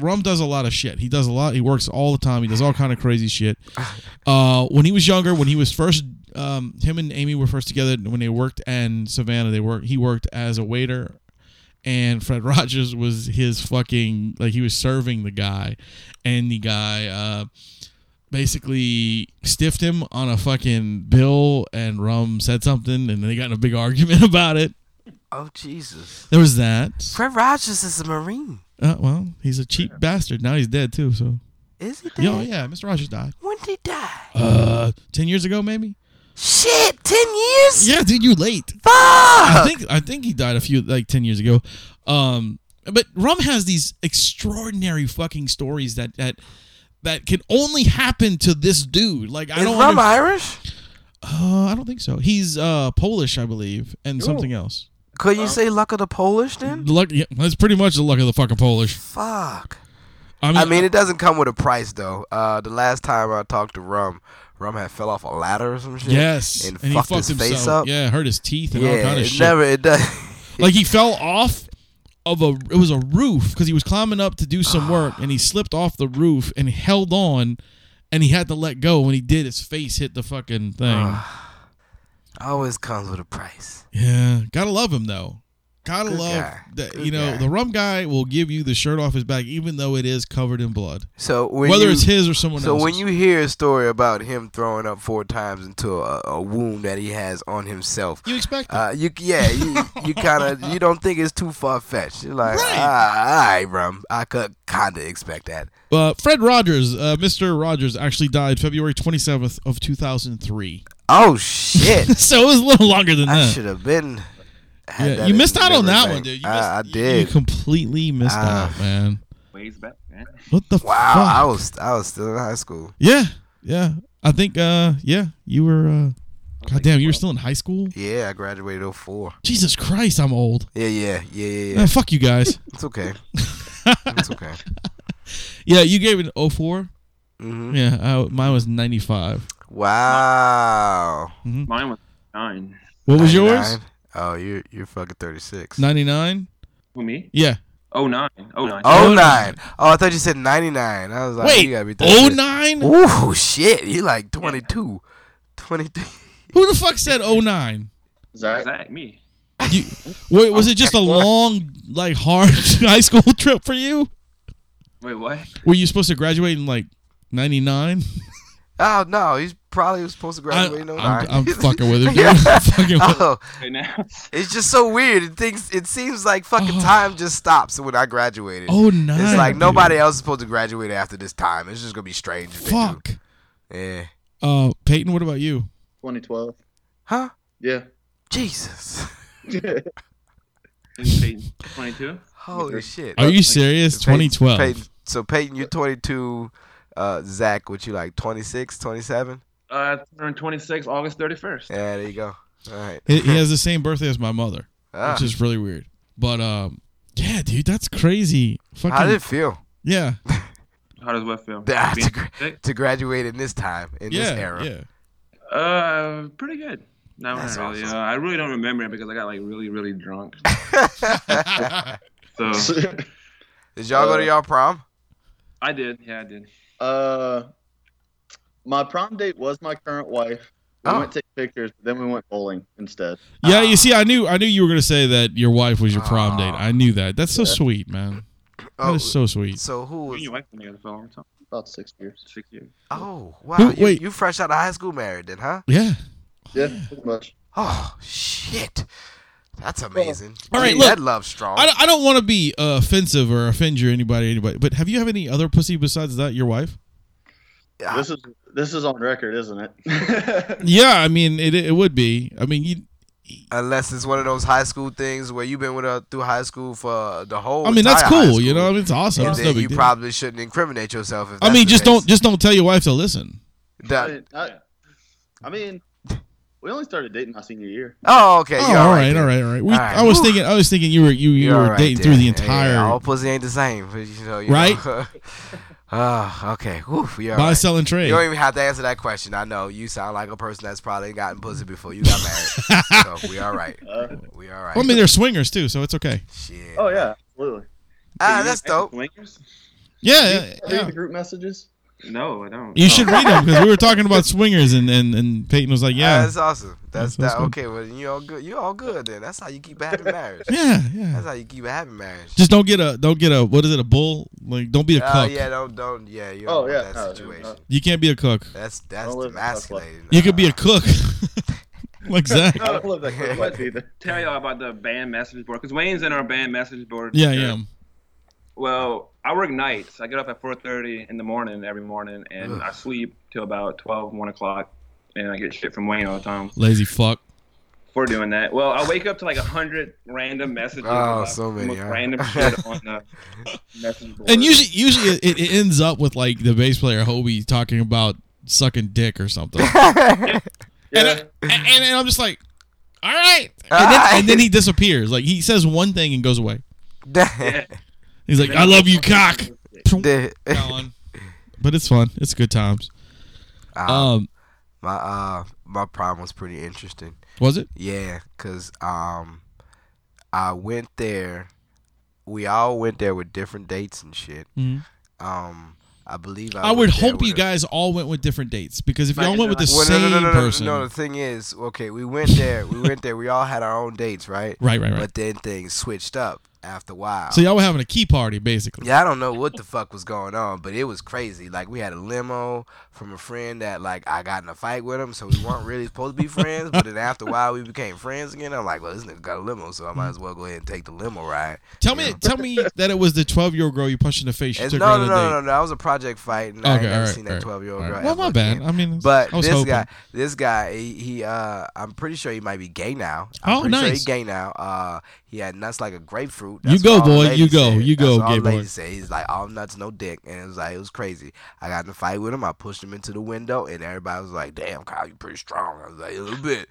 S3: Rum does a lot of shit. He does a lot. He works all the time. He does all kind of crazy shit. Uh, when he was younger, when he was first, um, him and Amy were first together. When they worked in Savannah, they worked. He worked as a waiter and Fred Rogers was his fucking like he was serving the guy, and the guy uh, basically stiffed him on a fucking bill, and Rum said something, and they got in a big argument about it.
S4: Oh Jesus!
S3: There was that.
S4: Fred Rogers is a Marine.
S3: Uh, well, he's a cheap bastard. Now he's dead too. So
S4: Is he dead?
S3: yeah, oh, yeah, Mr. Rogers died
S4: When did he die?
S3: uh ten years ago, maybe.
S4: Shit! Ten years?
S3: Yeah, dude, you late. I
S4: Fuck!
S3: think I think he died a few like ten years ago. Um, but Rum has these extraordinary fucking stories that that that can only happen to this dude. Like I
S4: Is
S3: don't
S4: Rum
S3: under-
S4: Irish?
S3: uh, I don't think so. He's uh Polish, I believe, and something else.
S4: Could you say luck of the Polish then?
S3: The luck, Uh, yeah, that's pretty much the luck of the fucking Polish.
S4: Fuck.
S3: I mean,
S4: I mean, it doesn't come with a price though. Uh, the last time I talked to Rum, Rum had fell off a ladder or some shit.
S3: yes,
S4: and,
S3: he
S4: fucked,
S3: fucked
S4: his
S3: himself.
S4: face up.
S3: Yeah, hurt his teeth and all
S4: Yeah,
S3: kind of
S4: it
S3: shit.
S4: never it does.
S3: like he fell off of a it was a roof because he was climbing up to do
S4: Ah.
S3: some work and he slipped off the roof and held on and he had to let go when he did his face hit the fucking thing
S4: Ah. Always comes with a price.
S3: yeah gotta love him though gotta
S4: Good
S3: love
S4: guy.
S3: that
S4: Good
S3: you know
S4: guy.
S3: the rum guy will give you the shirt off his back even though it is covered in blood
S4: So when
S3: whether
S4: you,
S3: it's his or someone
S4: so
S3: else's
S4: when you hear a story about him throwing up four times into a, a wound that he has on himself,
S3: you expect it.
S4: uh, you yeah you, you kind of you don't think it's too far fetched. You're like,
S3: Right.
S4: ah, all right, Rum, I could kind of expect that.
S3: uh, Fred Rogers, uh, Mr. Rogers, actually died February 27th of 2003.
S4: Oh shit!
S3: So it was a little longer than
S4: I
S3: that.
S4: should have been. had
S3: Yeah,
S4: that
S3: you
S4: in
S3: missed out on
S4: memory
S3: that
S4: bank.
S3: one, dude. You missed,
S4: I, I
S3: you- You
S4: did.
S3: completely missed
S4: Ah.
S3: out, man.
S5: Ways back, man.
S3: What the
S4: wow,
S3: fuck?
S4: I was I was still in high school.
S3: yeah, yeah. I think, uh, yeah, you were. Uh, God damn, you were still in high school.
S4: Yeah, I graduated 04.
S3: Jesus Christ, I'm old.
S4: Yeah, yeah, yeah, yeah,
S3: Ah,
S4: yeah.
S3: fuck you guys.
S4: It's okay. it's okay.
S3: yeah, you gave it an 4
S4: hmm
S3: Yeah, I, mine was 95.
S4: Wow.
S5: Mine was nine.
S3: What was yours?
S4: 99? Oh, you're you're fucking 36.
S3: 99.
S5: Who me?
S3: Yeah.
S5: Oh nine. Oh nine.
S3: 09.
S4: Oh nine. Oh, I thought you said 99. I was like,
S3: Wait,
S4: you gotta be 36.
S3: 09?
S4: Ooh, shit. You like 22. 23.
S3: Who the fuck said 09?
S6: Zach,
S5: Zach, me.
S3: You, wait, was it just a long, like hard high school trip for you?
S5: Wait, what?
S3: Were you supposed to graduate in like '99?
S4: Oh no, he's probably was supposed to
S3: I-
S4: graduate. in
S3: I'm,
S4: 09.
S3: I'm fucking with it. dude.
S4: Yeah.
S3: I'm fucking with it.
S4: Oh,
S5: Right now?
S4: it's just so weird. It thinks it seems like fucking time just stops when I graduated.
S3: Oh, nine.
S4: it's like
S3: dude.
S4: nobody else is supposed to graduate after this time. It's just gonna be strange. If
S3: Fuck.
S4: They do. Yeah.
S3: Uh, Peyton, what about you?
S6: 2012.
S4: Huh?
S6: Yeah.
S4: Jesus.
S5: Is Peyton 22?
S4: Holy shit.
S3: Are you serious?
S4: Peyton-
S3: 2012.
S4: Peyton- so Peyton, you're 22. Uh, Zach, what you like? 26, 27?
S5: Uh, turned 26 August 31st.
S4: Yeah, there you go. All right.
S3: He, he has the same birthday as my mother,
S4: Ah,
S3: which is really weird. But um, yeah, dude, that's crazy. Fucking
S4: how did it feel
S3: yeah,
S5: How does what feel?
S4: That's
S5: Being
S4: a great-
S5: 26?
S4: to graduate in this time in
S3: yeah,
S4: this era?
S3: yeah.
S5: Uh, pretty good. No,
S4: That's
S5: not really.
S4: awesome.
S5: Uh, I really don't remember it because I got like really, really drunk. so
S4: Did y'all go to
S6: Uh,
S4: y'all prom?
S5: I did. Yeah, I did.
S6: uh, my prom date was my current wife. We
S4: Oh.
S6: went to take pictures, but then we went bowling instead.
S3: Yeah, you see, I knew, I knew you were gonna say that your wife was your prom date. I knew that. That's so sweet, man. That
S4: Ah. Oh,
S3: is so sweet.
S4: so who
S5: Me
S4: was?
S5: and your wife been together for a long time.
S6: About six years.
S5: Six years.
S4: Oh wow!
S3: Who-
S4: you,
S3: wait.
S4: you fresh out of high school, married then, huh?
S3: Yeah.
S6: Yeah, pretty much.
S4: Oh shit! That's amazing.
S3: All right,
S4: Gee,
S3: look.
S4: that love's strong.
S3: I, don't- I don't want to be uh, offensive or offend you or anybody, anybody. But have you have any other pussy besides that? Your wife?
S4: Yeah.
S6: This is this is on record, isn't it?
S3: Yeah, I mean, it it would be. I mean, you.
S4: Unless it's one of those high school things where you've been with her through high school for the whole.
S3: I mean, that's
S4: entire high
S3: cool. You
S4: school,
S3: know, I mean, it's awesome.
S4: and
S3: It's
S4: then
S3: no big
S4: you
S3: deal.
S4: probably shouldn't incriminate yourself. If
S3: I
S4: that's
S3: mean,
S4: the
S3: just
S4: case.
S3: don't just don't tell your wife to listen.
S4: That-
S5: uh,
S6: I, I mean, we only started dating my senior year.
S4: oh, okay.
S3: Oh,
S4: you're
S3: all
S4: right
S3: right,
S4: then.
S3: all right, all right. We,
S4: All right.
S3: I was
S4: Whew.
S3: thinking, I was thinking you were you you
S4: You're
S3: were
S4: right
S3: dating
S4: then.
S3: through the
S4: Yeah,
S3: entire
S4: all pussy ain't the same, but, you know, you
S3: Right?
S4: know. Ah, okay. Oof, you're
S3: buy
S4: right.
S3: sell and trade.
S4: You don't even have to answer that question. I know you sound like a person that's probably gotten pussy before you got married. so we all right.
S6: Uh,
S4: We all right.
S3: Well, I mean, they're swingers too, so it's okay.
S4: Shit.
S6: oh yeah, absolutely.
S4: Ah,
S5: Hey, you
S4: that's
S5: like
S4: dope.
S5: swingers?
S3: Yeah, Uh, yeah,
S6: Read
S3: yeah.
S6: the group messages.
S5: No, I don't.
S3: You should read them because we were talking about swingers, and and and Peyton was like,
S4: Yeah,
S3: yeah,
S4: Ah, that's awesome. That's,
S3: That's- that's
S4: that.
S3: good.
S4: Okay, well you all good. You all good then. That's how you keep a happy marriage.
S3: yeah, yeah.
S4: That's how you keep a happy marriage.
S3: Just don't get a don't get a what is it a bull? Like don't be a
S4: Oh
S3: cuck.
S4: yeah, don't don't yeah. You
S6: Oh,
S4: don't want
S6: yeah,
S4: that
S6: no, no,
S4: situation.
S6: no.
S3: You can't be a cuck.
S4: That's that's
S6: Don't live in that life.
S4: emasculating.
S3: You could be a cook, like Zach.
S6: I don't love that group much either.
S5: tell y'all about the band message board because Wayne's in our band message board.
S3: Yeah, I am.
S5: Well, I work nights. I get up at 4:30 in the morning every morning, and I sleep till about 12, 1 o'clock, and I get shit from Wayne all the time
S3: Lazy fuck.
S5: for doing that. Well, I wake up to like a hundred random messages.
S4: Oh,
S5: about
S4: so
S5: the most
S4: many, huh?
S5: random shit on the message board.
S3: And usually, usually it, it ends up with like the bass player Hobie talking about sucking dick or something. and, I,
S6: Yeah.
S3: and, and I'm just like, all right. And then, and then he disappears. Like he says one thing and goes away.
S5: Yeah.
S3: He's like, I love you, cock. Gone. But it's fun. It's good times. Um,
S4: my uh my prom was pretty interesting.
S3: was it?
S4: Yeah, cause um, I went there. We all went there with different dates and shit.
S3: Mhm.
S4: Um, I believe I.
S3: I would
S4: went there
S3: hope
S4: with
S3: you
S4: a-
S3: guys all went with different dates because if y'all
S5: Right,
S3: went with the
S4: Well, no,
S3: same
S4: no, no, no, no,
S3: person,
S4: No, the thing is, okay, we went there. We went there. We all had our own dates, right?
S3: right, right, right.
S4: But then things switched up after a while.
S3: So y'all were having a key party basically.
S4: Yeah, I don't know what the fuck was going on, but it was crazy. Like we had a limo from a friend that like I got in a fight with him, so we weren't really supposed to be friends. But then after a while, we became friends again. I'm like, well, this nigga got a limo, so
S3: Mm.
S4: I might as well go ahead and take the limo ride.
S3: Tell
S4: Yeah.
S3: me, tell me that it was the 12 year old girl you punched in the face. You
S4: It's-
S3: took her
S4: no,
S3: on
S4: no,
S3: a
S4: no,
S3: date.
S4: no, no, that was a project fight, and I ain't
S3: Okay, all
S4: never
S3: right.
S4: seen
S3: all
S4: that
S3: right,
S4: twelve year old
S3: all
S4: girl.
S3: right. Well, my
S4: ever
S3: bad.
S4: again.
S3: I mean,
S4: But
S3: I was
S4: this
S3: hoping.
S4: guy, this guy, he, he uh, I'm pretty sure he might be gay now. I'm
S3: Oh,
S4: pretty sure
S3: nice.
S4: he's gay now. Uh, he had nuts like a grapefruit.
S3: You
S4: That's
S3: go,
S4: what all the
S3: boy.
S4: ladies
S3: You go.
S4: said.
S3: You
S4: That's
S3: go,
S4: what all
S3: gay
S4: the
S3: boy.
S4: ladies Said. He's like all nuts, no dick, and it was like it was crazy. I got in a fight with him. I pushed him into the window, and everybody was like, "Damn, Kyle, you pretty strong." I was like, "A little bit,"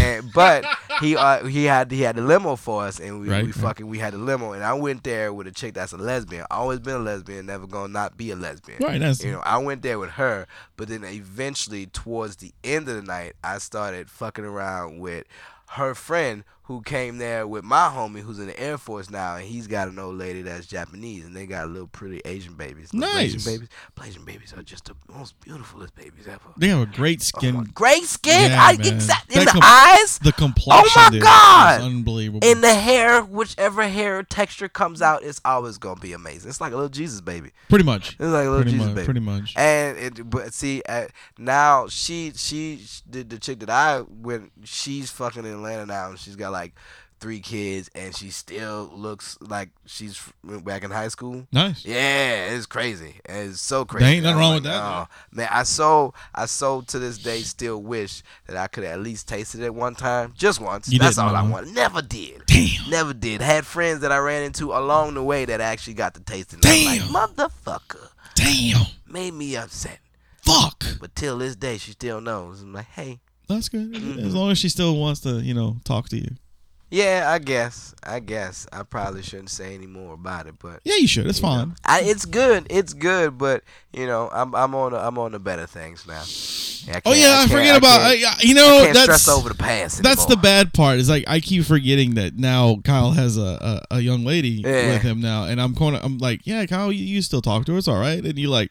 S4: and, but he uh, he had he had a limo for us, and we,
S3: Right,
S4: we
S3: right.
S4: fucking we had a limo, and I went there with a chick that's a lesbian. Always been a lesbian, never gonna not be a lesbian.
S3: Right, that's-
S4: you know. I went there with her, but then eventually towards the end of the night, I started fucking around with her friend who came there with my homie who's in the Air Force now, and he's got an old lady that's Japanese, and they got little pretty Asian babies. Little
S3: Nice.
S4: Asian babies. Asian babies are just the most beautifulest babies ever.
S3: They have a great
S4: Oh,
S3: skin.
S4: my- great skin.
S3: Yeah,
S4: I,
S3: man.
S4: exact, in
S3: That
S4: the
S3: com-
S4: eyes,
S3: The complexion.
S4: Oh my
S3: dude, is
S4: God!
S3: unbelievable.
S4: in the hair, whichever hair texture comes out, it's always gonna be amazing. It's like a little Jesus baby.
S3: pretty much.
S4: It's like a little
S3: Pretty
S4: Jesus
S3: much.
S4: baby.
S3: Pretty much.
S4: And it, but see, uh, now she she the, the chick that I went, she's fucking in Atlanta now, and she's got like three kids, and she still looks like she's went back in high school.
S3: Nice.
S4: Yeah, it's crazy. It's so crazy.
S3: ain't nothing
S4: I'm
S3: wrong with
S4: like,
S3: that,
S4: "Oh." man. I so I so to this day still wish that I could at least tasted it one time, just once.
S3: You
S4: That's
S3: didn't,
S4: all I
S3: huh?
S4: want. Never did.
S3: Damn.
S4: Never did. Had friends that I ran into along the way that actually got to taste it.
S3: Damn.
S4: And I'm like, motherfucker,
S3: Damn.
S4: made me upset.
S3: Fuck.
S4: But till this day, she still knows. I'm like, hey,
S3: That's good. As long as she still wants to, you know, talk to you.
S4: yeah, I guess, I guess, I probably shouldn't say any more about it, but
S3: Yeah, you should. It's fine.
S4: I, it's good, it's good, but you know, I'm I'm on the, I'm on the better things now. I
S3: Oh
S4: can't-
S3: yeah, I,
S4: can't-
S3: forget
S4: I
S3: about.
S4: can't-
S3: I, you know,
S4: can't
S3: that's
S4: stress over the past.
S3: that's the
S4: anymore.
S3: bad part. Is like I keep forgetting that now Kyle has a a, a young lady
S4: Yeah.
S3: with him now, and I'm going. I'm like, yeah, Kyle, you, you still talk to her? It's all right. And you're like,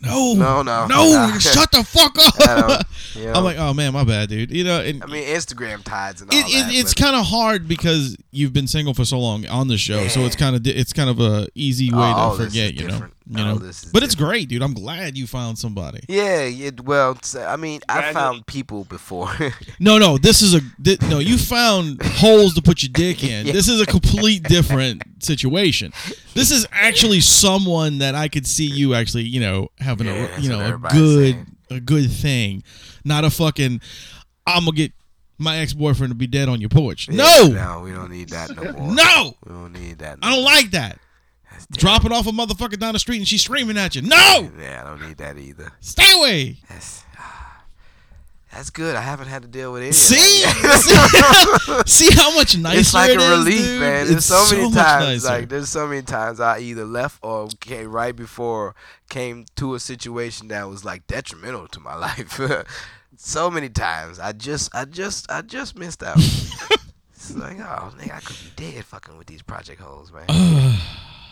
S3: no,
S4: No, no,
S3: no,
S4: no.
S3: shut the fuck
S4: I
S3: up.
S4: don't- you know,
S3: I'm like, oh man, my bad, dude. You know, and
S4: I mean, Instagram tides and all
S3: it,
S4: that.
S3: it, it's
S4: but-
S3: kind of hard because you've been single for so long on the show, so it's kind of it's kind of a easy way to
S4: All Oh, this is
S3: forget, you know,
S4: different.
S3: you
S4: All
S3: know.
S4: this is
S3: But it's
S4: different.
S3: great, dude. I'm glad you found somebody.
S4: yeah, it, well, it's- I mean, I
S5: Gradually-
S4: found people before.
S3: No, no, this is a thi- no. You found holes to put your dick in. This is a complete different situation. This is actually someone that I could see you actually, you know, having
S4: Yeah,
S3: a
S4: that's
S3: you
S4: what
S3: know a
S4: everybody's
S3: good
S4: saying.
S3: a good thing, not a fucking. I'm gonna get my ex boyfriend to be dead on your porch. no,
S4: no, we don't need that no more.
S3: no,
S4: we don't need that. No
S3: I don't
S4: more.
S3: like that.
S4: That's
S3: Dropping off a motherfucker down the street and she's screaming at you. No,
S4: Yeah, I don't need that either.
S3: stay away.
S4: That's ah, that's good. I haven't had to deal with any. of that
S3: See,
S4: yet.
S3: see, See how much nicer
S4: it's like
S3: it
S4: a
S3: is,
S4: relief,
S3: dude?
S4: man.
S3: It's
S4: There's so, many
S3: much
S4: times,
S3: nicer.
S4: like there's so many times I either left or came right before came to a situation that was like detrimental to my life. so many times, I just, I just, I just missed out. it's like, oh, nigga, I could be dead fucking with these project holes, man.
S3: Uh.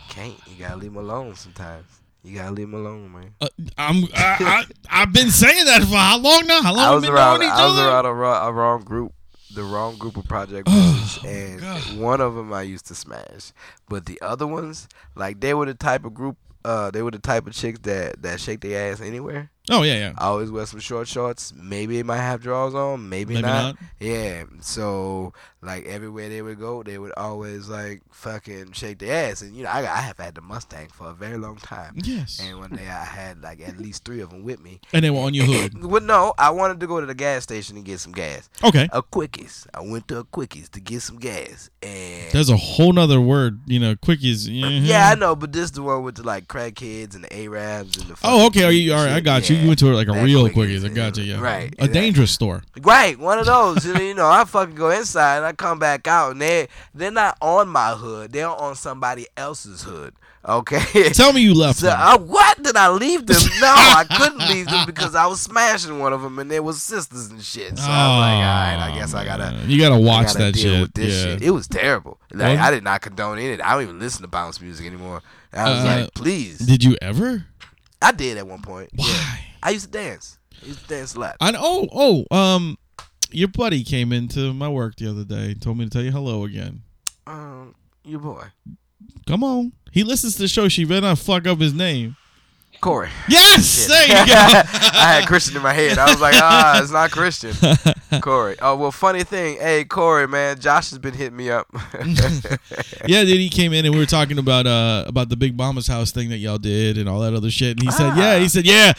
S4: Can't. You gotta leave them alone sometimes. You gotta leave them alone, man.
S3: Uh, I'm I, I, I've been saying that for how long now? How long
S4: I
S3: we
S4: was
S3: been
S4: around.
S3: knowing each
S4: I was
S3: other?
S4: around a wrong, a wrong group, the wrong group of project brothers, and
S3: Oh, God.
S4: one of them I used to smash, but the other ones, like they were the type of group. Uh, they were the type of chicks that that shake their ass anywhere.
S3: Oh yeah, yeah.
S4: I always wear some short shorts. Maybe they might have drawers on. Maybe,
S3: Maybe
S4: not.
S3: not.
S4: Yeah. So like everywhere they would go, they would always like fucking shake their ass. And you know, I, I have had the Mustang for a very long time.
S3: Yes.
S4: And one day I had like at least three of them with me.
S3: And they were on your hood.
S4: Well, no, I wanted to go to the gas station and get some gas.
S3: Okay.
S4: A quickies. I went to a quickies to get some gas, and
S3: There's a whole nother word, you know, quickies. Mm-hmm.
S4: yeah, I know, but this the one with the like crackheads and the Arabs and the.
S3: Oh,
S4: fucking
S3: okay. Are you
S4: shit.
S3: all right? I got you.
S4: Yeah.
S3: You went to like a
S4: That
S3: real
S4: Quickies,
S3: quickies. I got you. Yeah.
S4: Right.
S3: A
S4: That-
S3: dangerous store.
S4: Right, one of those. And, you know, I fucking go inside and I come back out, and they they're not on my hood. They're on somebody else's hood. Okay.
S3: Tell me you left.
S4: So, oh,
S3: them.
S4: I, what did I leave them? No, I couldn't leave them because I was smashing one of them, and they was sisters and shit. So I'm like, all right, I guess I gotta.
S3: Oh, You gotta watch
S4: I gotta
S3: that
S4: deal
S3: shit.
S4: With this
S3: yeah.
S4: shit. It was terrible. Like,
S3: What?
S4: I did not condone it. I don't even listen to bounce music anymore. I was
S3: Uh,
S4: like, please.
S3: Did you ever?
S4: I did at one point.
S3: Why?
S4: Yeah. I used to dance. I used to dance a lot.
S3: I oh oh um, your buddy came into my work the other day. and Told me to tell you hello again.
S4: Um, your boy.
S3: Come on. He listens to the show. She better not fuck up his name.
S4: Corey.
S3: Yes, there you go.
S4: I had Christian in my head. I was like, ah, it's not Christian. Corey. Oh, well, funny thing. Hey, Corey, man, Josh has been hitting me up.
S3: yeah, dude, he came in and we were talking about uh about the Big Mama's house thing that y'all did and all that other shit. And he said, yeah,
S4: Ah.
S3: he said, yeah.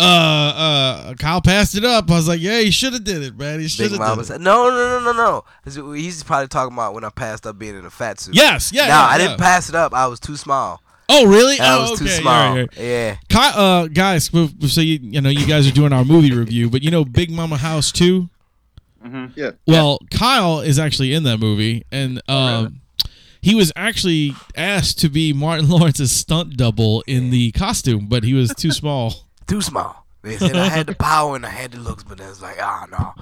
S3: Uh, uh, Kyle passed it up. I was like, yeah, he should have did it, man. He should
S4: Big
S3: have
S4: Mama
S3: did it.
S4: said, no, no, no, no, no. That's what He's probably talking about when I passed up being in a fat suit.
S3: Yes, yeah.
S4: no,
S3: yeah,
S4: I
S3: yeah.
S4: didn't pass it up. I was too small.
S3: Oh, really?
S4: I
S3: oh,
S4: was
S3: okay.
S4: too
S3: all
S4: small.
S3: right, all right.
S4: Yeah.
S3: Ki- uh, guys, we- we- so you, you know you guys are doing our movie review, but you know Big Mama House too.
S6: Yeah.
S3: Well, Kyle is actually in that movie, and um, he was actually asked to be Martin Lawrence's stunt double in the costume, but he was too small.
S4: too small. They said I had the power and I had the looks, but I was like, ah, no.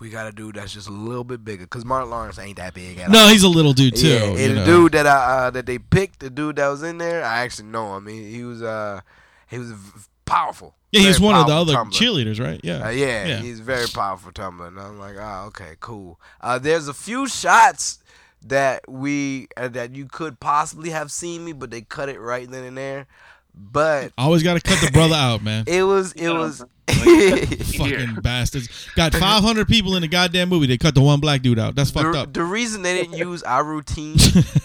S4: we got a dude that's just a little bit bigger because Martin Lawrence ain't that big at all.
S3: No, he's a little dude too.
S4: Yeah, and
S3: you
S4: the
S3: know.
S4: dude that I uh, that they picked, the dude that was in there, I actually know him. He, he was uh he was v- powerful.
S3: yeah, he's
S4: Very
S3: one of the
S4: powerful
S3: other
S4: tumbler.
S3: cheerleaders, right? Yeah.
S4: Uh, yeah,
S3: Yeah.
S4: he's a very powerful tumbler. And I'm like, ah, okay, cool. Uh, there's a few shots that we uh, that you could possibly have seen me, but they cut it right then and there. But
S3: Always got to cut the brother out, man.
S4: it was it
S5: Yeah.
S4: was
S3: Fucking bastards. Got 500 people in the goddamn movie. They cut the one black dude out. That's fucked
S4: the,
S3: up.
S4: the reason they didn't use our routine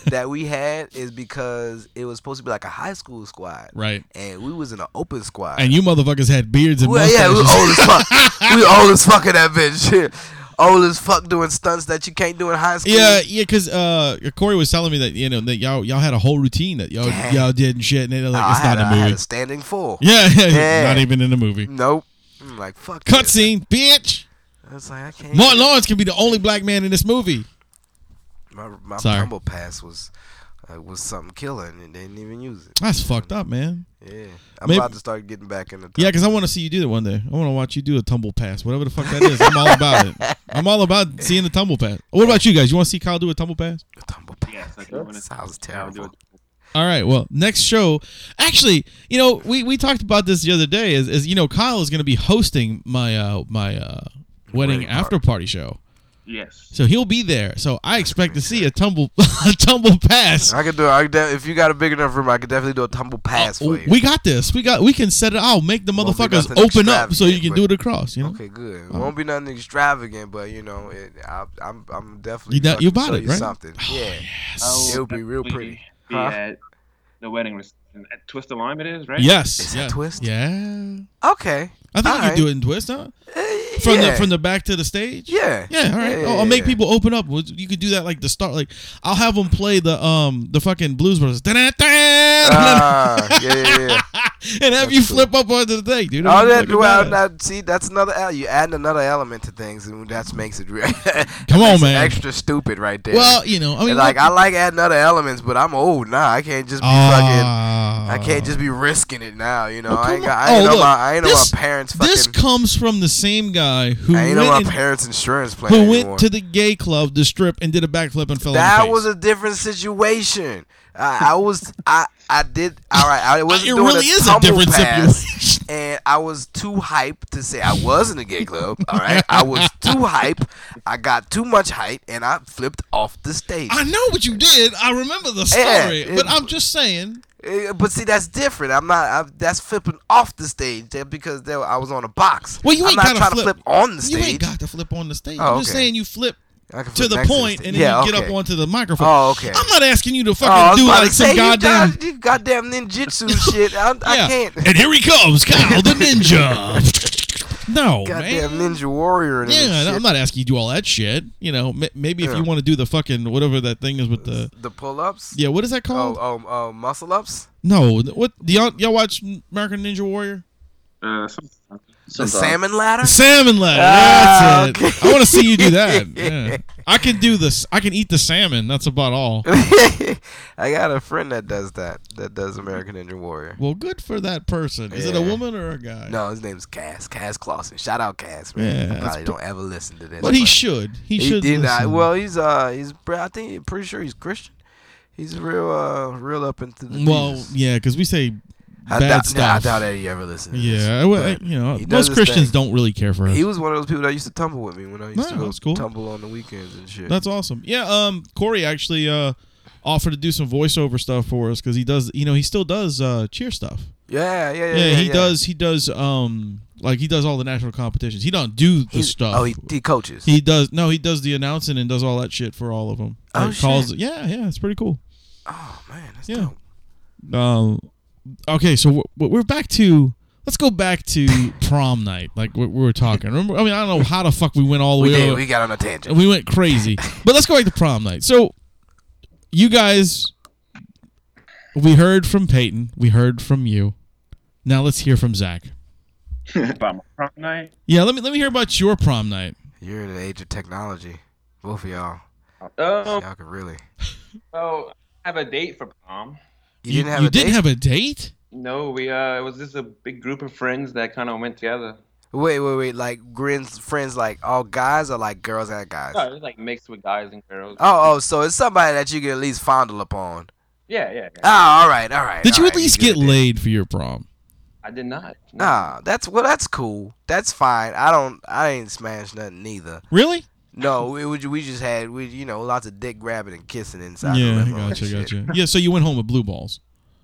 S4: that we had is because it was supposed to be like a high school squad,
S3: right.
S4: and we was in an open squad.
S3: And you motherfuckers had beards and
S4: well, yeah, we
S3: mustaches.
S4: old as fuck. we old as fuck in that bitch. old as fuck doing stunts that you can't do in high school.
S3: Yeah, yeah, because uh, Corey was telling me that you know that y'all y'all had a whole routine that y'all
S4: Yeah.
S3: y'all did and shit, and they're
S4: No,
S3: like, it's
S4: I had
S3: not in
S4: a- I
S3: the
S4: had
S3: movie.
S4: a standing four.
S3: Yeah,
S4: Yeah.
S3: not even in the movie.
S4: Nope. I'm like fuck. this.
S3: Cutscene, bitch.
S4: I was like, I can't.
S3: Martin Lawrence can be the only black man in this movie.
S4: My my
S3: Sorry.
S4: tumble pass was uh, was something killing, and they didn't even use it.
S3: That's fucked up, man.
S4: Yeah, I'm
S3: Maybe-
S4: about to start getting back in the.
S3: Yeah,
S4: tumble.
S3: because I want to see you do that one day. I want to watch you do a tumble pass, whatever the fuck that is. I'm all about it. I'm all about seeing the tumble pass. What about you guys? You want to see Kyle do a tumble pass?
S4: tumble pass.
S5: Yes, I do wanna-
S4: Sounds
S5: I would do
S4: terrible.
S5: it.
S3: All right. Well, next show. Actually, you know, we, we talked about this the other day. Is, is you know, Kyle is going to be hosting my uh my uh wedding
S4: Wedding
S3: after party show.
S5: Yes.
S3: So he'll be there. So I expect to see a tumble a tumble pass.
S4: I could do. I could de- if you got a big enough room, I could definitely do a tumble pass for you.
S3: Oh, We got this. We got. We can set it. I'll make the
S4: Won't be
S3: motherfuckers
S4: nothing
S3: open up so you
S4: extravagant,
S3: can
S4: but-
S3: do it across. You know.
S4: okay, good. It won't be nothing extravagant, but you know, it, I, I'm I'm definitely
S3: You got- you
S4: fucking
S3: bought
S4: show
S3: it,
S4: you
S3: right?
S4: something. Yeah,
S5: Oh,
S4: it'll be real
S5: definitely
S4: pretty.
S5: Be
S4: Huh?
S5: at the wedding reception. At Twist of Lime, it is, right?
S3: Yes.
S4: Is that
S3: yeah.
S4: twist?
S3: Yeah.
S4: Okay.
S3: I think you
S4: Alright.
S3: could do it in twist, huh?
S4: Eh,
S3: From
S4: yeah.
S3: the from the back to the stage.
S4: yeah.
S3: Yeah, all right. Oh, I'll, I'll make people open up. Well, You could do that like the start. Like I'll have them play the um the fucking Blues Brothers.
S4: Ah, yeah, yeah, yeah.
S3: and have you
S4: That's cool.
S3: flip up onto the thing, dude.
S4: All
S3: It'll be
S4: that
S3: fucking
S4: Ah. Oh, well,
S3: badass.
S4: now, see, that's another. el- You add another element to things, and that makes it real.
S3: Come on,
S4: makes it
S3: man.
S4: Extra stupid, right there.
S3: Well, Oh, you know, I mean,
S4: And, like
S3: what-
S4: I like adding other elements, but I'm old now. I can't just be
S3: Ah.
S4: fucking. I can't just be risking it now. You know,
S3: Well,
S4: I
S3: come
S4: ain't
S3: on.
S4: got. I ain't
S3: Oh,
S4: know
S3: look,
S4: my. I ain't
S3: this-
S4: know my parents
S3: This
S4: fucking.
S3: comes from the same guy who
S4: I ain't
S3: went,
S4: know my
S3: and-
S4: parents' insurance plan
S3: who
S4: anymore.
S3: went to the gay club to strip and did a backflip and fell.
S4: that
S3: on
S4: was a different situation. I, I was. I. I did. All right. I wasn't
S3: It
S4: doing
S3: really
S4: a
S3: is a
S4: tumble
S3: different
S4: pass.
S3: situation.
S4: and I was too hype to say I was in a gay club. All right, I was too hype. I got too much hype, and I flipped off the stage.
S3: I know what you did. I remember the
S4: Yeah,
S3: story,
S4: it-
S3: but I'm just saying.
S4: Eh, But see, that's different. I'm not. i that's flipping off the stage that- because there, I was on a box.
S3: Well, you
S4: I'm
S3: ain't
S4: not
S3: gotta
S4: trying to flip on the stage.
S3: You ain't got to flip on the stage.
S4: Oh,
S3: I'm just
S4: okay.
S3: saying you flip
S4: I can
S3: to
S4: flip
S3: the
S4: next
S3: point
S4: stage.
S3: and then
S4: yeah,
S3: you get
S4: okay.
S3: up onto the microphone.
S4: Oh, okay.
S3: I'm not asking you to
S4: Oh, I was
S3: fucking do
S4: about to
S3: like
S4: say,
S3: some
S4: you got-
S3: goddamn.
S4: you goddamn ninjutsu shit. I, I
S3: yeah.
S4: can't.
S3: And here he comes, Kyle the ninja. no, man.
S4: Goddamn ninja warrior and
S3: Yeah,
S4: shit.
S3: I'm not asking you to do all that shit. You know, m- maybe if
S4: Yeah.
S3: you want to do the fucking whatever that thing is with the
S4: the pull-ups.
S3: yeah, what is that
S4: Oh,
S3: called?
S4: oh, oh, muscle ups.
S3: No, th- what do y'all y'all watch American Ninja Warrior?
S5: Uh, some-
S4: The
S6: Sometimes.
S4: salmon ladder.
S3: The salmon ladder.
S4: Ah,
S3: that's it. I want to see you do that. Yeah. I can do this. I can eat the salmon. That's about all.
S4: I got a friend that does that. That does American Ninja Warrior.
S3: Well, good for that person. Is it a
S4: Yeah.
S3: woman or a guy?
S4: No, his name's Cass. Cass Clausen. Shout out Cass, man.
S3: Yeah,
S4: I
S3: that's
S4: probably don't ever listen to this.
S3: But he should. He,
S4: he
S3: should.
S4: did not.
S3: listen.
S4: Well, he's uh, he's. pre- I think pretty sure he's Christian. He's real, uh, real up into the.
S3: well,
S4: Jesus.
S3: yeah, because we say
S4: I
S3: bad
S4: doubt, nah, I
S3: stuff.
S4: doubt that he ever listened. To this,
S3: yeah, I- well, I-
S4: but
S3: you know,
S4: he
S3: most
S4: does his
S3: Christians
S4: thing.
S3: don't really care for us.
S4: He was one of those people that used to tumble with me when I used
S3: No,
S4: to go
S3: that's cool.
S4: tumble on the weekends and shit.
S3: That's awesome. Yeah. Um, Corey actually uh offered to do some voiceover stuff for us because he does. You know, he still does uh cheer stuff.
S4: yeah, yeah, yeah.
S3: Yeah, he does. He does. Um, like he does all the national competitions. He don't do the
S4: He's-
S3: stuff.
S4: Oh, he, he coaches.
S3: He does no, he does the announcing and does all that shit for all of them.
S4: Oh,
S3: Like, calls,
S4: shit.
S3: Yeah, yeah, it's pretty cool.
S4: oh man, that's
S3: Yeah.
S4: dope.
S3: Um, okay, so w- w- we're back to let's go back to prom night, like we, we were talking. Remember, I mean, I don't know how the fuck we went all the
S4: We
S3: way
S4: did.
S3: over-
S4: We got on a tangent.
S3: we went crazy, but let's go back to prom night. So, you guys, we heard from Peyton, we heard from you. Now let's hear from Zach.
S5: About my prom night.
S3: Yeah, let me let me hear about your prom night.
S4: You're in the age of technology, both of y'all.
S3: Oh.
S5: Um,
S4: Y'all could really.
S5: so I have a date for prom.
S4: You, didn't have
S3: you
S4: a
S3: didn't
S4: date?
S3: have a date.
S5: No, we uh, it was just a big group of friends that kind of went together.
S4: Wait, wait, wait. Like grins, friends, like all guys or like girls and guys.
S5: No, it's like mixed with guys and girls.
S4: Oh, oh. So it's somebody that you can at least fondle upon.
S5: Yeah, yeah. yeah.
S4: Oh, all right, all right.
S3: Did you
S4: all
S3: at
S4: right,
S3: least
S4: good
S3: get
S4: then.
S3: laid for your prom?
S5: I did not. No.
S4: Nah, that's well, that's cool. That's fine. I don't, I ain't smashed nothing either.
S3: Really?
S4: No, it was, we just had we, you know, lots of dick grabbing and kissing inside. the
S3: Yeah,
S4: living room
S3: gotcha,
S4: and shit.
S3: gotcha. Yeah, so you went home with blue balls.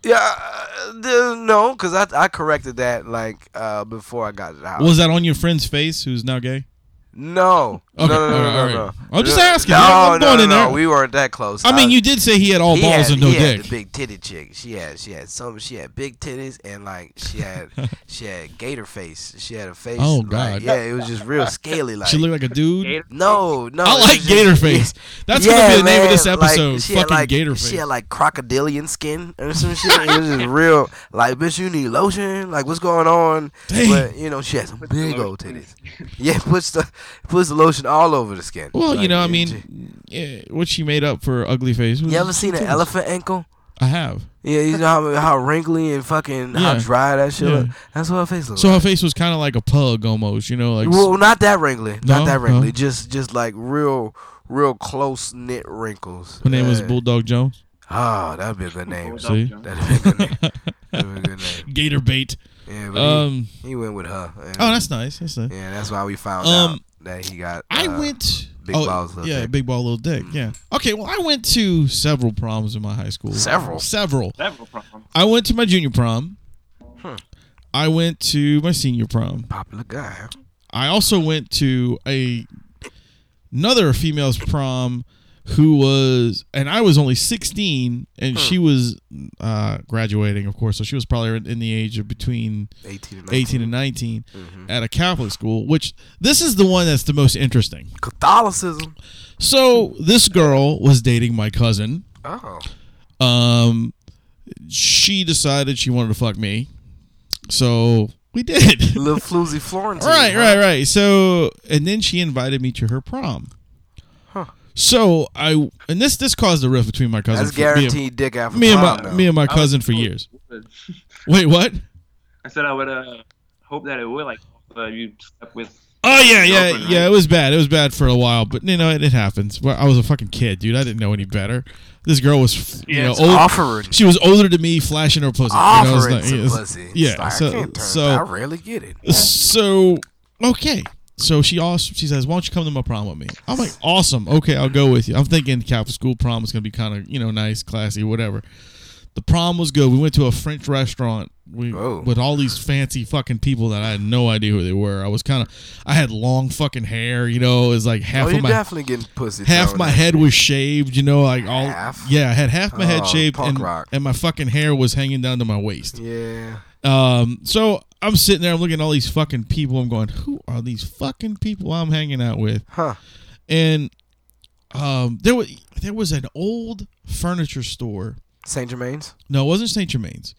S4: Yeah, uh, the- no, because I, I corrected that like uh before I got to the house.
S3: Was that on your friend's face who's now gay?
S4: no,
S3: Okay,
S4: no, no, no,
S3: all right, all
S4: no,
S3: right.
S4: no.
S3: I'm just
S4: No,
S3: asking.
S4: No,
S3: I'm- I'm
S4: no,
S3: going
S4: no,
S3: in
S4: no,
S3: there.
S4: we weren't that close. Uh,
S3: I mean,
S4: was-
S3: you did say he had all
S4: he
S3: balls
S4: had,
S3: and Oh, no
S4: he had
S3: dick.
S4: the big titty chick. She had she had some. She had big titties and like she had she had gator face. She had a face.
S3: Oh,
S4: like,
S3: God.
S4: yeah, it was just real scaly. Like
S3: she looked like a dude.
S4: no, no.
S3: I
S4: it was
S3: like
S4: just-
S3: Gator Face. That's
S4: Yeah,
S3: gonna be the name of
S4: man,
S3: this
S4: like,
S3: episode.
S4: she had,
S3: Fucking
S4: like-
S3: Gator Face.
S4: She had like crocodilian skin or some shit. It was just real. Like, bitch, you need lotion. Like, what's going on?
S3: Dang.
S4: But you know, she had some big old titties. Yeah, puts the puts the lotion all over the skin.
S3: well, you
S4: Like,
S3: know, I
S4: it-
S3: mean, yeah, what she made up for ugly face. Was
S4: you ever seen an elephant ankle?
S3: I have.
S4: Yeah, you know how, how wrinkly and fucking how
S3: Yeah.
S4: dry that shit.
S3: Yeah.
S4: Look? That's what her face looks.
S3: So
S4: like.
S3: her face was kind of like a pug almost. You know, like
S4: Well, not that wrinkly,
S3: No,
S4: not that wrinkly.
S3: no.
S4: Just just like real, real close knit wrinkles.
S3: her name was
S4: Uh,
S3: Bulldog Jones.
S4: Oh, that'd be a good name.
S5: Bulldog
S3: See?
S5: Jones.
S4: That'd be a good name. That'd be a good name.
S3: Gator bait.
S4: Yeah, but he-
S3: Um.
S4: he, went with her. and-
S3: Oh, that's nice. That's nice.
S4: yeah, that's why we found
S3: Um,
S4: out that he got.
S3: I
S4: uh,
S3: went.
S4: Big
S3: oh,
S4: Balls Little
S3: yeah,
S4: Dick. Mm.
S3: big ball, little dick. Yeah. Okay. Well, I went to several proms in my high school.
S4: Several?
S3: Several.
S5: Several problems.
S3: I went to my junior prom. I went to my senior prom.
S4: popular guy.
S3: I also went to a another female's prom who was and I was only 16 and she was uh, graduating of course so she was probably in- in the age of between
S4: Eighteen and
S3: 18 and 19 at a Catholic school which this is the one that's the most interesting.
S4: Catholicism.
S3: So this girl was dating my cousin.
S4: Oh,
S3: Um she decided she wanted to fuck me. So we did.
S4: little floozy Florentine.
S3: Right,
S4: huh?
S3: right, right. So, and then she invited me to her prom.
S4: Huh.
S3: So I and this this caused a rift between my cousin.
S4: That's
S3: for- me and-
S4: guaranteed dick after
S3: Me and,
S4: prom,
S3: my
S4: though.
S3: me and my cousin for years. Wait, what?
S5: I said I would uh, hope that it would like uh, you slept with.
S3: Oh yeah, yeah,
S5: Girlfriend,
S3: yeah.
S5: right?
S3: It was bad. It was bad for a while, but you know it, it happens. Well, I was a fucking kid, dude. I didn't know any better. This girl was, you
S5: Yeah,
S3: know,
S5: it's
S3: old.
S4: offering.
S3: She was older than me, flashing her pussy. You know, I was
S4: Offering
S3: like-
S4: some
S3: yeah, it's-
S4: pussy.
S3: Yeah.
S4: It's like, I
S3: so
S4: can't turn
S3: so
S4: that. I rarely get it.
S3: So okay. So she also she says, "Why don't you come to my prom with me?" I'm like, "Awesome, okay, I'll go with you." I'm thinking Catholic school prom is gonna be kind of you know nice, classy, whatever. The prom was good. We went to a French restaurant we,
S4: Whoa.
S3: with all these fancy fucking people that I had no idea who they were. I was kind of, I had long fucking hair, you know, it was like half
S4: oh,
S3: of
S4: you
S3: my
S4: definitely getting pussy.
S3: half
S4: thrown
S3: my
S4: at
S3: head
S4: you.
S3: was shaved, you know, like all
S4: Half?
S3: yeah, I had half my head
S4: Oh,
S3: shaved
S4: punk
S3: and
S4: rock.
S3: and my fucking hair was hanging down to my waist.
S4: Yeah.
S3: Um, so I'm sitting there, I'm looking at all these fucking people. I'm going, who are these fucking people I'm hanging out with?
S4: Huh.
S3: And um, there was there was an old furniture store.
S4: Saint Germain's.
S3: No, it wasn't Saint Germain's.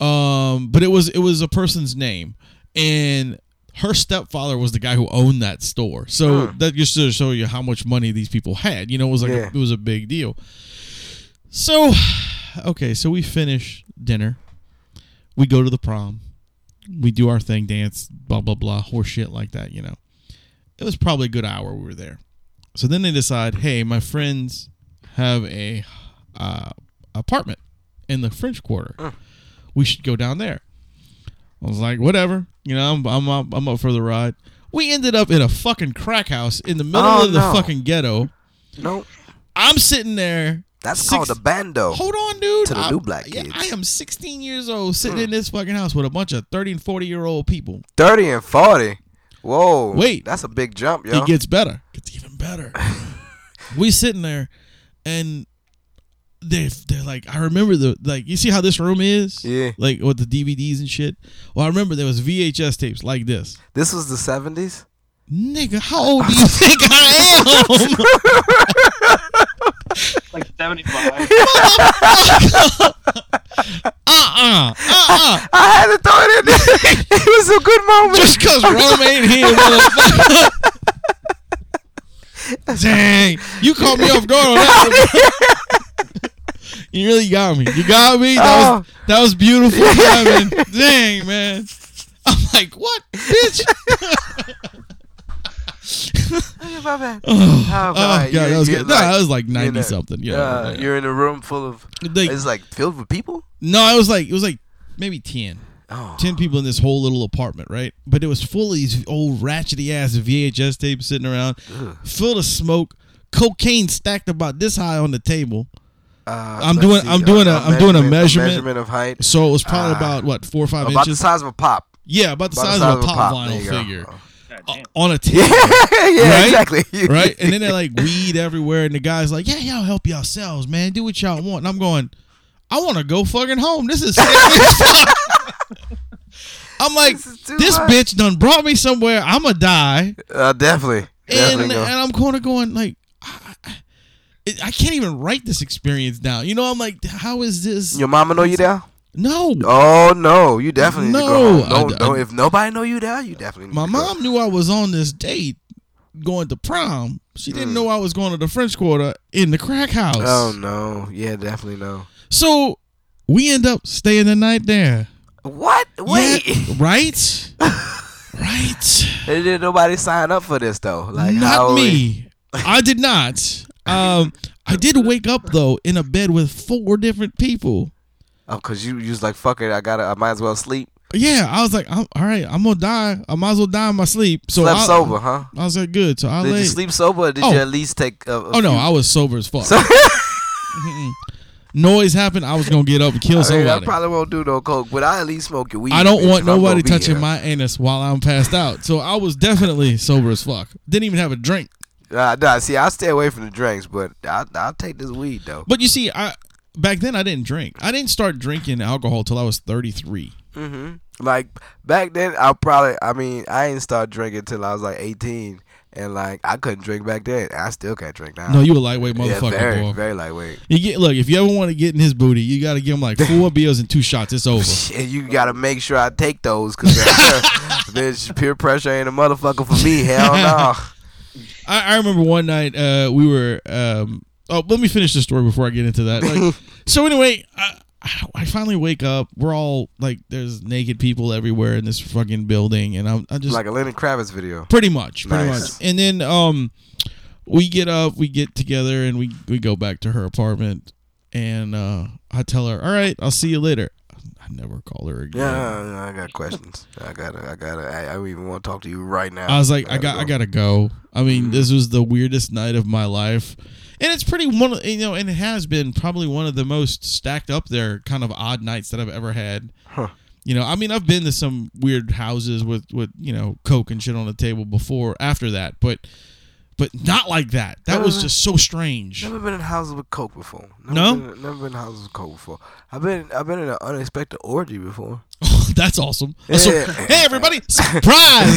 S3: Um, but it was it was a person's name, and her stepfather was the guy who owned that store. So that just to show you how much money these people had. You know, it was like a,
S4: Yeah.
S3: it was a big deal. So, okay, so we finish dinner. We go to the prom. We do our thing, dance, blah blah blah, horse shit like that. You know, it was probably a good hour we were there. So then they decide, hey, my friends have a uh, apartment in the French Quarter. We should go down there. I was like, whatever. You know, I'm I'm up, I'm up for the ride. We ended up in a fucking crack house in the middle
S4: Oh,
S3: of the
S4: no.
S3: fucking ghetto.
S4: Nope.
S3: I'm sitting there.
S4: That's
S3: Six-
S4: called a bando.
S3: Hold on, dude.
S4: Oh, To the
S3: I'm-
S4: new black
S3: yeah,
S4: kids. Hmm.
S3: I am 16 years old sitting in this fucking house with a bunch of 30 and 40 year old people.
S4: Thirty and forty. Whoa.
S3: Wait.
S4: That's a big jump, yo.
S3: It gets better. Gets even better. we sitting there, and they they're like, I remember the like. You see how this room is?
S4: Yeah.
S3: Like with the DVDs and shit. Well, I remember there was VHS tapes like this.
S4: this was the seventies.
S3: Nigga, how old do you think I am?
S5: Like seventy-five.
S3: uh uh uh uh.
S4: I had to throw it in there. it was a good moment.
S3: Just cause Rome ain't here, motherfucker. Dang, you caught me off guard on that. one. you really
S4: Oh.
S3: got me. You got me. That was that was beautiful. timing. Dang, man. like, what, bitch?
S4: My bad.
S3: oh,
S4: Oh,
S3: God,
S4: God,
S3: that
S4: you-
S3: was
S4: you're
S3: good. No,
S4: like-
S3: that was like
S4: you're in
S3: ninety
S4: a-
S3: something. Yeah.
S4: uh,
S3: yeah.
S4: You're in a room full of.
S3: Like-
S4: it's like filled with people.
S3: no, it was like it was like maybe ten.
S4: Oh,
S3: 10 people in this whole little apartment, right? But it was full of these old ratchety ass VHS tapes sitting around, full of smoke, cocaine stacked about this high on the table.
S4: uh,
S3: I'm
S4: let's
S3: doing-
S4: see,
S3: I'm doing a- I'm doing a measurement.
S4: measurement of height,
S3: So it was probably
S4: Ah.
S3: about what four or five
S4: about the
S3: inches.
S4: size of a pop.
S3: yeah, about the
S4: about
S3: size, of a pop,
S4: There
S3: vinyl
S4: you go.
S3: figure
S4: Oh.
S3: O- on a table,
S4: Yeah, yeah,
S3: Right?
S4: exactly.
S3: right? And then they're like weed everywhere, and the guy's like, "Yeah, y'all help yourselves, man. Do what y'all want." And I'm going, "I want to go fucking home. This is." sick as fuck." I'm like,
S4: This is too
S3: this
S4: much."
S3: bitch done brought me somewhere. I'ma die.
S4: uh, definitely,
S3: and
S4: definitely.
S3: and
S4: go.
S3: I'm kind of going like, I, I- I can't even write this experience down. You know, I'm like, how is this?
S4: Your mama know you there?
S3: No,
S4: Oh no, you definitely need to
S3: No,
S4: go home. Don't,
S3: I-
S4: don't, if nobody know you there, you definitely. Need
S3: my
S4: to go.
S3: mom knew I was on this date going to prom. She didn't know I was going to the French Quarter in the crack house.
S4: Hmm. Oh no, yeah, definitely no.
S3: So we end up staying the night there.
S4: What? Wait,
S3: Yeah, right? right.
S4: did nobody sign up for this though? Like how
S3: not
S4: are we-
S3: me. I did not. Um, I did wake up though in a bed with four different people.
S4: Oh, cause you you was like fuck it. I gotta. I might as well sleep.
S3: Yeah, I was like, I'm, all right, I'm gonna die. I might as well die in my sleep. So
S4: Slept
S3: I,
S4: sober, huh?
S3: I was like, good. So I
S4: Did
S3: lay.
S4: you sleep sober? Or did
S3: Oh.
S4: you at least take? A, a
S3: Oh no,
S4: few-
S3: I was sober as fuck.
S4: So-
S3: Mm-mm. Noise happened. I was gonna get up and kill
S4: I, mean, I
S3: somebody.
S4: probably won't do no coke, but I at least smoke your weed.
S3: I don't
S4: bitch,
S3: want
S4: if I'm
S3: nobody
S4: gonna be
S3: touching
S4: here.
S3: my anus while I'm passed out. So I was definitely sober as fuck. Didn't even have a drink.
S4: Nah, nah, see, I stay away from the drinks, but I, I'll take this weed though.
S3: But you see, I back then I didn't drink. I didn't start drinking alcohol till I was 33.
S4: hmm Like back then, I probably, I mean, I didn't start drinking till I was like 18, and like I couldn't drink back then. I still can't drink now.
S3: No, you a lightweight
S4: yeah,
S3: motherfucker,
S4: very,
S3: boy.
S4: very lightweight.
S3: You get look if you ever want to get in his booty, you got to give him like four beers and two shots. It's over.
S4: And you gotta make sure I take those, cause bitch, peer pressure ain't a motherfucker for me. Hell no.
S3: I, I remember one night uh, we were. Um, oh, let me finish the story before I get into that. Like, so anyway, I, I finally wake up. We're all like, there's naked people everywhere in this fucking building, and I'm I just
S4: Like a Lenny Kravitz video.
S3: pretty much, pretty
S4: Nice.
S3: much. And then um, we get up, we get together, and we we go back to her apartment, and uh, I tell her, all right, I'll see you later. I never call her again.
S4: Yeah, no, I got questions. I gotta, I gotta, I, I don't even want to talk to you right now.
S3: I was like, I got, I gotta go. I mean, this was the weirdest night of my life, and it's pretty one, of- you know, and it has been probably one of the most stacked up there kind of odd nights that I've ever had.
S4: Huh.
S3: You know, I mean, I've been to some weird houses with with you know coke and shit on the table before, after that, but but not like that. That was just so strange.
S4: Never been in houses with coke before. Never
S3: No?
S4: been, never been in houses with coke before. I've been, I've been in an unexpected orgy before.
S3: That's awesome. So-
S4: Yeah.
S3: hey everybody, surprise!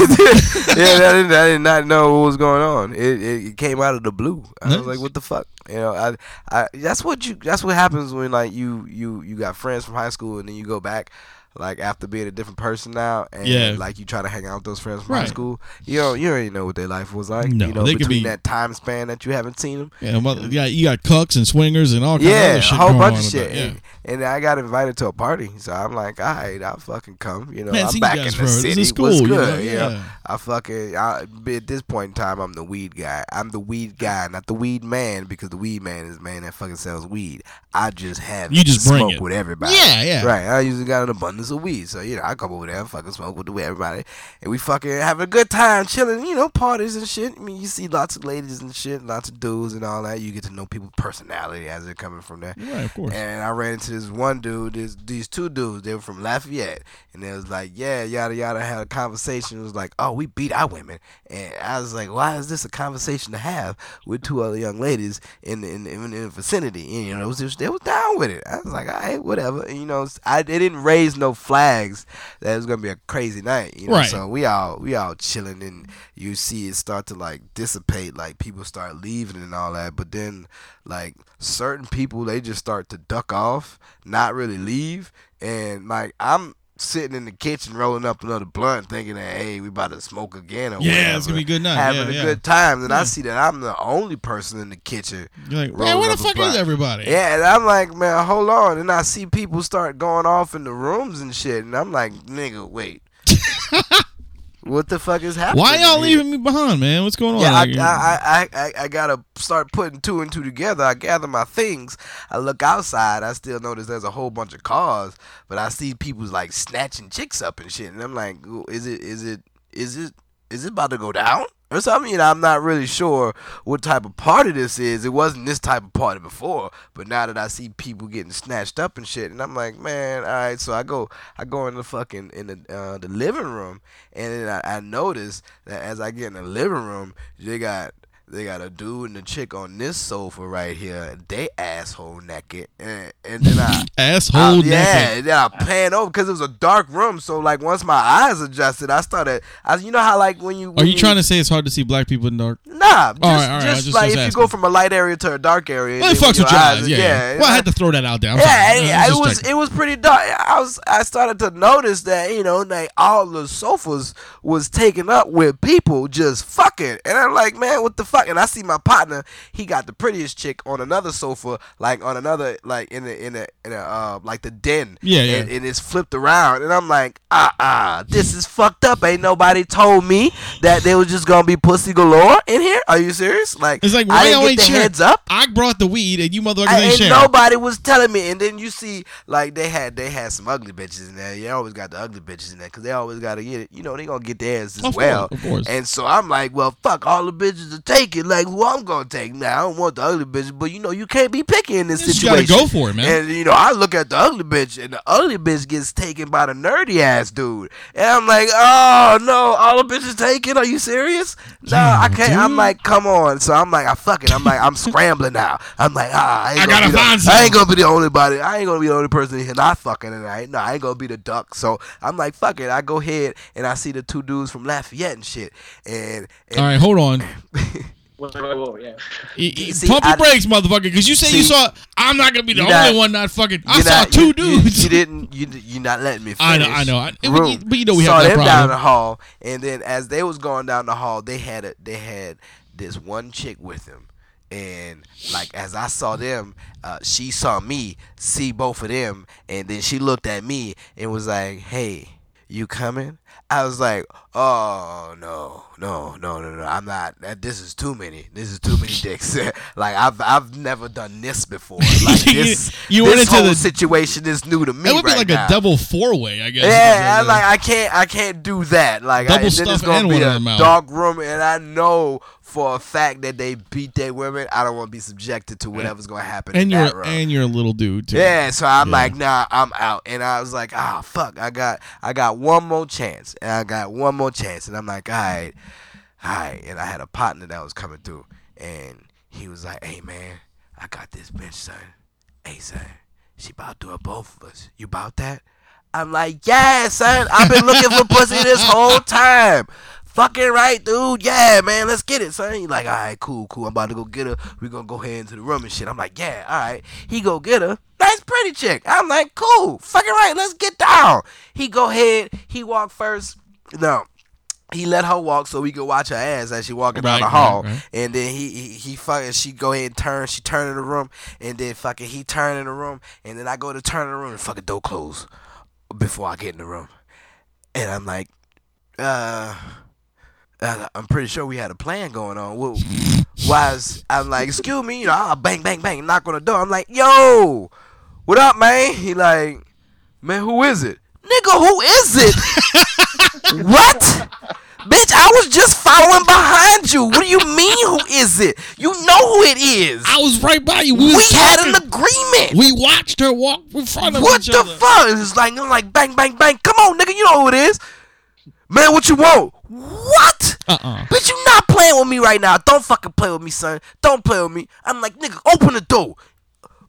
S4: yeah, I did, I did not know what was going on. It, it, it came out of the blue. I
S3: Nice.
S4: was like, "What the fuck?" You know, I, I that's what you that's what happens when like you you you got friends from high school and then you go back like after being a different person now and
S3: Yeah.
S4: like you try to hang out with those friends from high
S3: Right.
S4: school. You know, you already know what their life was like.
S3: No,
S4: you know,
S3: they could
S4: between
S3: be-
S4: that time span that you haven't seen them.
S3: yeah, mother, you got you got cucks and swingers and all kinds of
S4: Yeah,
S3: other
S4: a
S3: shit
S4: whole
S3: going
S4: bunch
S3: on
S4: of
S3: with
S4: shit.
S3: that, yeah.
S4: And, and I got invited to a party, so I'm like, all right, I'll fucking come. You know,
S3: Man, see
S4: I'm
S3: you
S4: back
S3: guys,
S4: in the
S3: bro. This
S4: city.
S3: is cool,
S4: What's
S3: you
S4: good?
S3: know?
S4: you
S3: Yeah.
S4: know, I fucking I, at this point in time, I'm the weed guy. I'm the weed guy, not the weed man, because the weed man is the man that fucking sells weed. I just have
S3: You
S4: it to
S3: just bring
S4: smoke
S3: it.
S4: with everybody.
S3: Yeah, yeah.
S4: Right. I usually got an abundance of weed, so you know I come over there, and fucking smoke with the- everybody, and we fucking have a good time, chilling. You know, parties and shit. I mean, you see lots of ladies and shit, lots of dudes and all that. You get to know people's personality as they're coming from there.
S3: Right, of course.
S4: And I ran into this one dude, this, these two dudes, they were from Lafayette. And they was like, yeah, yada, yada. Had a conversation. It was like, oh, we beat our women. And I was like, why is this a conversation to have with two other young ladies in the, in the, in the vicinity? And, you know, it was just, they was down with it. I was like, all right, whatever. And, you know, I, they didn't raise no flags that it was going to be a crazy night. You know,
S3: Right.
S4: so we all, we all chilling. And you see it start to, like, dissipate. Like, people start leaving and all that. But then, like certain people they just start to duck off not really leave and like i'm sitting in the kitchen rolling up another blunt thinking that hey we about to smoke again or
S3: Yeah, it's
S4: whatever,
S3: gonna be a good night.
S4: having
S3: Yeah,
S4: a
S3: yeah.
S4: good time and
S3: Yeah.
S4: i see that i'm the only person in the kitchen
S3: You're like, man,
S4: rolling
S3: where the
S4: up a
S3: fuck is
S4: blunt."
S3: everybody?
S4: yeah, and I'm like, man, hold on. And I see people start going off in the rooms and shit. And I'm like, nigga, wait. What the fuck is happening?
S3: Why y'all
S4: here?
S3: leaving me behind, man? What's going on?
S4: Yeah,
S3: Like,
S4: I, I, I, I, I gotta start putting two and two together. I gather my things. I look outside. I still notice there's a whole bunch of cars, but I see people's like snatching chicks up and shit. And I'm like, "Ooh, is it, is it, is it, is it about to go down or something? You know, I'm not really sure what type of party this is. It wasn't this type of party before, but now that I see people getting snatched up and shit, and I'm like, man, all right. So I go, I go in the fucking in the uh, the living room, and then I, I notice that as I get in the living room, they got they got a dude and a chick on this sofa right here. They asshole naked, and, and then I.
S3: asshole
S4: Uh, yeah,
S3: naked.
S4: and then I pan over because it was a dark room. So like once my eyes adjusted, I started. I, you know how like when you
S3: Are
S4: when
S3: you trying to say it's hard to see black people in the dark?
S4: Nah, just,
S3: all right, I
S4: just,
S3: was just-
S4: like
S3: just
S4: if
S3: asking.
S4: you go from a light area to a dark area,
S3: Well, it
S4: then when
S3: fucks with your eyes. Yeah, yeah. Well, I
S4: and
S3: had to throw that out there. I'm
S4: yeah,
S3: sorry.
S4: yeah,
S3: I
S4: it
S3: just
S4: was
S3: checking.
S4: it was pretty dark. I was I started to notice that you know like all the sofas was taken up with people just fucking, and I'm like, man, what the fuck? And I see my partner, he got the prettiest chick on another sofa, like on another like in a in a in a uh, like the den,
S3: Yeah, yeah.
S4: and, and it's flipped around, and I'm like, ah ah, this is fucked up. Ain't nobody told me that they was just gonna be pussy galore in here. Are you serious? Like
S3: It's like
S4: I
S3: why
S4: didn't
S3: y'all
S4: get
S3: ain't
S4: the
S3: sharing?
S4: heads up.
S3: I brought the weed and you motherfuckers
S4: I-
S3: ain't
S4: and
S3: sharing.
S4: nobody was telling me. And then you see, like they had they had some ugly bitches in there. You always got the ugly bitches in there because they always got to get it. You know they gonna get theirs as
S3: Of course,
S4: well.
S3: of course.
S4: And so I'm like, well, fuck, all the bitches are taking. Like who I'm gonna take now? I don't want the ugly bitches, but you know you can't be picky in this
S3: You just gotta
S4: situation.
S3: go for it, man.
S4: And you know I look at the ugly bitch, and the ugly bitch gets taken by the nerdy ass dude, and I'm like, oh no, all the bitches taken. Are you serious? No, I
S3: Damn,
S4: can't. I'm
S3: dude.
S4: like like, come on. So I'm like, I fuck it. I'm like, I'm scrambling now. I'm like, ah, I, ain't
S3: I
S4: gonna
S3: gotta
S4: be the-
S3: find
S4: I
S3: something.
S4: ain't gonna be the only body. I ain't gonna be the only person here not fucking tonight. No, I ain't gonna be the duck. So I'm like, fuck it. I go ahead and I see the two dudes from Lafayette and shit. And, and
S3: All right, hold on.
S5: Whoa, whoa, whoa, yeah.
S3: E- e-
S4: See,
S3: Pump your
S4: I-
S3: brakes, motherfucker, because you say you
S4: See,
S3: saw. I'm not gonna be the
S4: you're
S3: only
S4: not-
S3: one not fucking. I
S4: you're
S3: saw
S4: not-
S3: two
S4: you- you-
S3: dudes.
S4: You, didn't. You di- you not letting me. Finish.
S3: I know, I know. I- it- but you-
S4: Room.
S3: but you know we have
S4: saw
S3: that
S4: them
S3: problem.
S4: down the hall, and then as they was going down the hall, they had a they had this one chick with them, and like as I saw them, uh, she saw me see both of them, and then she looked at me and was like, "Hey." You coming? I was like, oh no, no, no, no, no. I'm not. That, this is too many. This is too many dicks. like I've, I've never done this before. Like
S3: You-
S4: this,
S3: you
S4: this
S3: went into
S4: whole
S3: the-
S4: situation is new to me.
S3: That would be
S4: right
S3: like
S4: now.
S3: a double four way, I guess.
S4: Yeah, I like I can't I can't do that. Like I,
S3: Double
S4: and then
S3: stuff
S4: it's gonna
S3: and one
S4: be
S3: of
S4: a
S3: them out.
S4: dark room, and I know for a fact that they beat their women. I don't want to be subjected to whatever's gonna happen in
S3: and
S4: that
S3: you're
S4: room.
S3: and you're a little dude too.
S4: yeah, so I'm like, nah, I'm out, and I was like, ah, fuck, I got, I got one more chance, and I got one more chance, and I'm like, all right, all right, and I had a partner that was coming through, and he was like, hey man, I got this bitch, son, hey son, she about to do it both of us. You about that? I'm like, yeah, son. I've been looking for pussy this whole time. Fucking right, dude. Yeah, man. Let's get it, son. He like, all right, cool, cool. I'm about to go get her. We gonna go ahead into the room and shit. I'm like, yeah, all right. He go get her. Nice, pretty chick. I'm like, cool. Fucking right. Let's get down. He go ahead. He walk first. No, he let her walk so we could watch her ass as she walking down
S3: Right,
S4: the hall.
S3: right, right.
S4: And then he, he he fucking she go ahead and turn. She turn in the room, and then fucking he turn in the room, and then I go to turn in the room and fucking door close before I get in the room, and I'm like, uh, uh, I'm pretty sure we had a plan going on. Well, why is I'm like, excuse me, you know, I'll bang bang bang knock on the door. I'm like, yo, what up, man? He like, man, who is it? Nigga, who is it? what? Bitch, I was just following behind you. What do you mean, who is it? You know who it is.
S3: I was right by you. We,
S4: We
S3: was
S4: had
S3: talking.
S4: an agreement.
S3: We watched her walk in front of
S4: What
S3: each
S4: the
S3: other.
S4: fuck? It's like I'm like bang bang bang. Come on, nigga, you know who it is. Man, what you want? What?
S3: Uh-uh.
S4: Bitch, you not playing with me right now. Don't fucking play with me, son. Don't play with me. I'm like, nigga, open the door.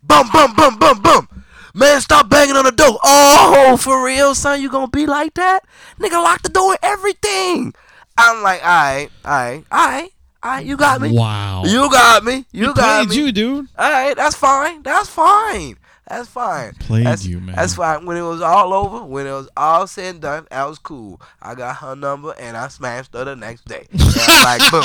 S4: Bum bum bum bum bum. Man, stop banging on the door. Oh, for real, son, you gonna be like that? Nigga, lock the door and everything. I'm like, alright, alright, alright, alright, you got me.
S3: Wow.
S4: You got me. You got
S3: Played
S4: me.
S3: you, dude.
S4: All right, that's fine. That's fine. That's fine.
S3: Played
S4: that's,
S3: you, man.
S4: That's fine. When it was all over, when it was all said and done, I was cool. I got her number and I smashed her the next day. And I'm like, boom,